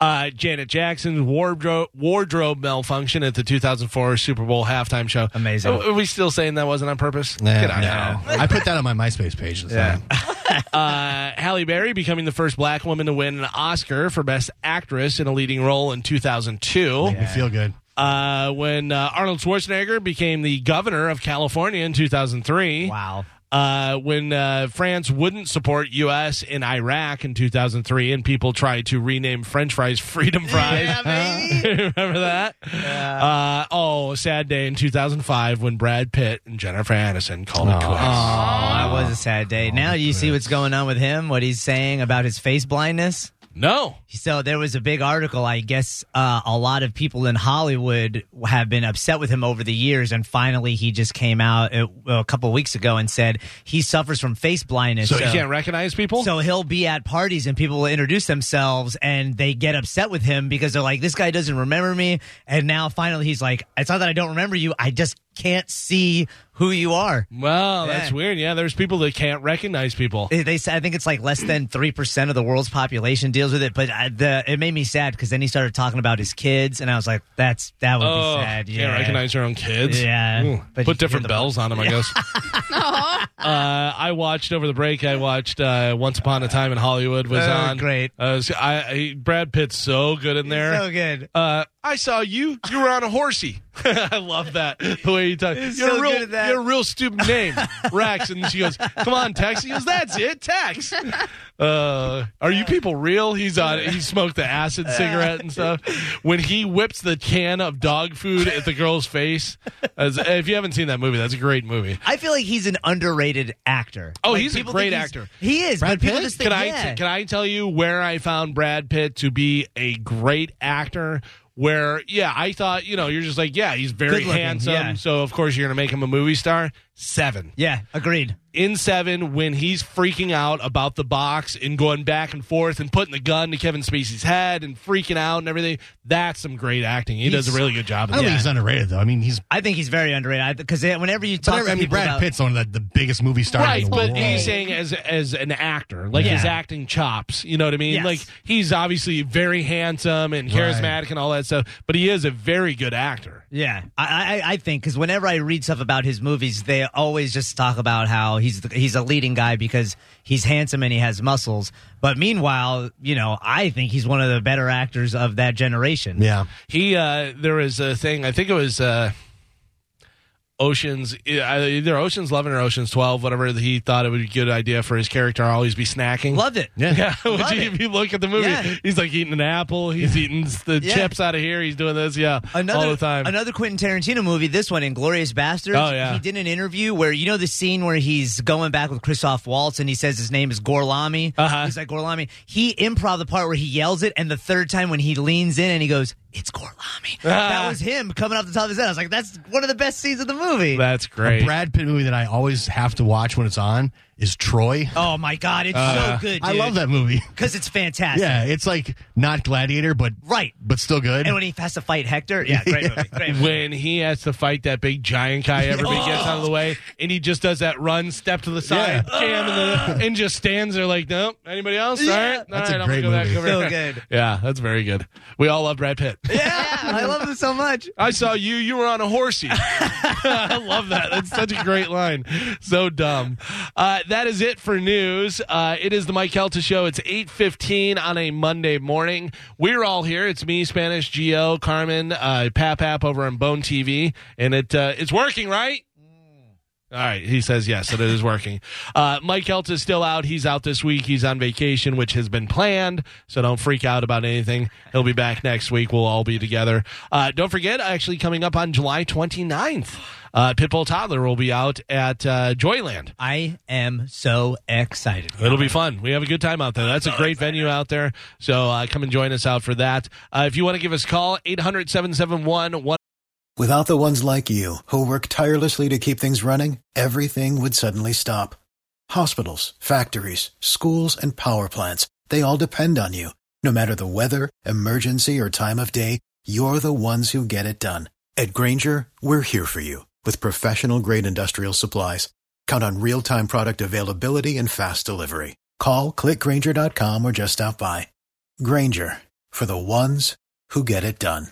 Speaker 3: Uh, Janet Jackson's wardrobe wardrobe malfunction at the 2004 Super Bowl halftime show.
Speaker 5: Amazing.
Speaker 3: Are, are we still saying that wasn't on purpose?
Speaker 6: Nah,
Speaker 3: Get out of here.
Speaker 6: no. I put that on my MySpace page. This yeah.
Speaker 3: Uh, Halle Berry becoming the first black woman to win an Oscar for Best Actress in a Leading Role in 2002.
Speaker 6: Make me feel good.
Speaker 3: Uh, when uh, Arnold Schwarzenegger became the governor of California in 2003.
Speaker 5: Wow.
Speaker 3: Uh, when uh, France wouldn't support U.S. in Iraq in 2003, and people tried to rename French fries Freedom Fries. Remember that? Uh, oh, sad day in 2005 when Brad Pitt and Jennifer Aniston called it quits.
Speaker 5: Oh, That was a sad day. now you see what's going on with him, what he's saying about his face blindness.
Speaker 3: No.
Speaker 5: So there was a big article. I guess uh, a lot of people in Hollywood have been upset with him over the years, and finally he just came out a, a couple weeks ago and said he suffers from face blindness.
Speaker 3: So, you can't recognize people?
Speaker 5: So he'll be at parties and people will introduce themselves and they get upset with him because they're like, this guy doesn't remember me. And now finally he's like, it's not that I don't remember you. I just can't see who you are.
Speaker 3: well, that's
Speaker 5: Yeah.
Speaker 3: weird. Yeah, there's people that can't recognize people.
Speaker 5: They they said I think it's like less than three percent of the world's population deals with it, but I, the it made me sad because then he started talking about his kids, and I was like, "That's that would
Speaker 3: oh,
Speaker 5: be sad."
Speaker 3: can't
Speaker 5: Yeah,
Speaker 3: recognize your own kids.
Speaker 5: Yeah,
Speaker 3: Ooh,
Speaker 5: but you
Speaker 3: put
Speaker 5: hear
Speaker 3: different
Speaker 5: the-
Speaker 3: bells on them, I guess. uh, I watched over the break. I watched uh, Once Upon a Time in Hollywood was
Speaker 5: Oh,
Speaker 3: on.
Speaker 5: great.
Speaker 3: Uh, so I, I- Brad Pitt's so good in there.
Speaker 5: so good.
Speaker 3: Uh, I saw you. You were on a horsey. I love that the way you talk.
Speaker 5: He's
Speaker 3: You're
Speaker 5: so
Speaker 3: a real,
Speaker 5: good at that.
Speaker 3: you're a real stupid name, Rex. And she goes, "Come on, Tex." He goes, "That's it, Tex." Uh, are you people real? He's on. He smoked the
Speaker 5: Uh,
Speaker 3: acid cigarette and stuff. When he whips the can of dog food at the girl's face, as, if you haven't seen that movie, that's a great movie.
Speaker 5: I feel like he's an underrated actor.
Speaker 3: Oh,
Speaker 5: Like,
Speaker 3: he's a
Speaker 5: people
Speaker 3: great
Speaker 5: think he's-
Speaker 3: actor.
Speaker 5: He is. but people just think,
Speaker 3: Can I
Speaker 5: yeah.
Speaker 3: can I tell you where I found Brad Pitt to be a great actor? Where yeah, I thought you know you're just like yeah he's very
Speaker 5: Good looking,
Speaker 3: handsome,
Speaker 5: yeah.
Speaker 3: so of course you're gonna make him a movie star. Seven
Speaker 5: yeah, agreed.
Speaker 3: in seven when he's freaking out about the box and going back and forth and putting the gun to Kevin Spacey's head and freaking out and everything. That's some great acting. He does a really good job. Of
Speaker 6: I don't
Speaker 3: that.
Speaker 6: think he's underrated though. I mean, he's.
Speaker 5: I think he's very underrated because whenever you
Speaker 6: But
Speaker 5: talk,
Speaker 6: I
Speaker 5: to
Speaker 6: mean,
Speaker 5: people
Speaker 6: Brad
Speaker 5: about,
Speaker 6: Pitt's one of the, the biggest movie stars
Speaker 3: Right,
Speaker 6: in the
Speaker 3: but
Speaker 6: world.
Speaker 3: he's saying as as an actor, like his
Speaker 5: Yeah.
Speaker 3: acting chops. You know what I mean?
Speaker 5: Yes.
Speaker 3: Like he's obviously very handsome and charismatic and all that stuff, but he is a very good actor.
Speaker 5: Yeah, I I, I think because whenever I read stuff about his movies, they always just talk about how he's the, he's a leading guy because he's handsome and he has muscles. But meanwhile, you know, I think he's one of the better actors of that generation.
Speaker 6: yeah.
Speaker 3: He uh there was a thing, I think it was uh Oceans, uh, either Oceans 11 or Oceans 12, whatever he thought it would be a good idea for his character to always be snacking.
Speaker 5: Love it.
Speaker 3: Yeah, would
Speaker 5: Love
Speaker 3: you,
Speaker 5: it.
Speaker 3: if you look at the movie,
Speaker 5: Yeah.
Speaker 3: he's like eating an apple, he's eating the
Speaker 5: Yeah.
Speaker 3: chips out of here, he's doing this, yeah,
Speaker 5: Another
Speaker 3: all the time.
Speaker 5: another Quentin Tarantino movie. This one, Inglorious Bastards.
Speaker 3: Oh, yeah.
Speaker 5: he did an interview where you know the scene where he's going back with Christoph Waltz and he says his name is Gorlami.
Speaker 3: Uh-huh.
Speaker 5: He's like Gorlami. He improv the part where he yells it, and the third time when he leans in and he goes, "It's Gorlami." That was him coming off the top of his head. I was like, that's one of the best scenes of the movie.
Speaker 3: That's great.
Speaker 6: A Brad Pitt movie that I always have to watch when it's on is Troy.
Speaker 5: oh my god, it's
Speaker 3: Uh,
Speaker 5: so good.
Speaker 6: I love that movie.
Speaker 5: because it's fantastic.
Speaker 6: Yeah, it's like not Gladiator, but
Speaker 5: Right.
Speaker 6: but still good.
Speaker 5: And when he has to fight Hector, yeah, great movie. Great movie.
Speaker 3: when he has to fight that big giant guy, everybody gets out of the way, and he just does that run, step to the side, jam in the, and just stands there like, nope. Anybody else? All right,
Speaker 6: That's
Speaker 3: all
Speaker 6: a
Speaker 3: right,
Speaker 6: great
Speaker 3: I'm gonna go
Speaker 6: movie.
Speaker 3: back
Speaker 5: So
Speaker 3: over here.
Speaker 5: good.
Speaker 3: Yeah, that's very good. We all love Brad Pitt.
Speaker 5: yeah, I love him so much.
Speaker 3: I saw you. You were on a horsey. I love that. That's such a great line. So dumb. Uh, that is it for news. Uh, it is the Mike Kelta Show. It's eight fifteen on a Monday morning. We're all here. It's me, Spanish Geo, Carmen, uh, Pap Pap over on Bone TV, and it uh, it's working, right? All right, he says yes, that it is working. Uh, Mike Helt is still out. He's out this week. He's on vacation, which has been planned. So don't freak out about anything. He'll be back next week. We'll all be together. Uh, don't forget, actually, coming up on July 29th, uh, Pitbull Toddler will be out at uh, Joyland.
Speaker 5: I am so excited.
Speaker 3: It'll be fun. We have a good time out there. That's a great venue out there. So uh, come and join us out for that. Uh, if you want to give us a call, 800 771
Speaker 6: Without the ones like you, who work tirelessly to keep things running, everything would suddenly stop. Hospitals, factories, schools, and power plants, they all depend on you. No matter the weather, emergency, or time of day, you're the ones who get it done. At Granger, we're here for you with professional grade industrial supplies. Count on real time product availability and fast delivery. Call clickgranger.com or just stop by. Granger for the ones who get it done.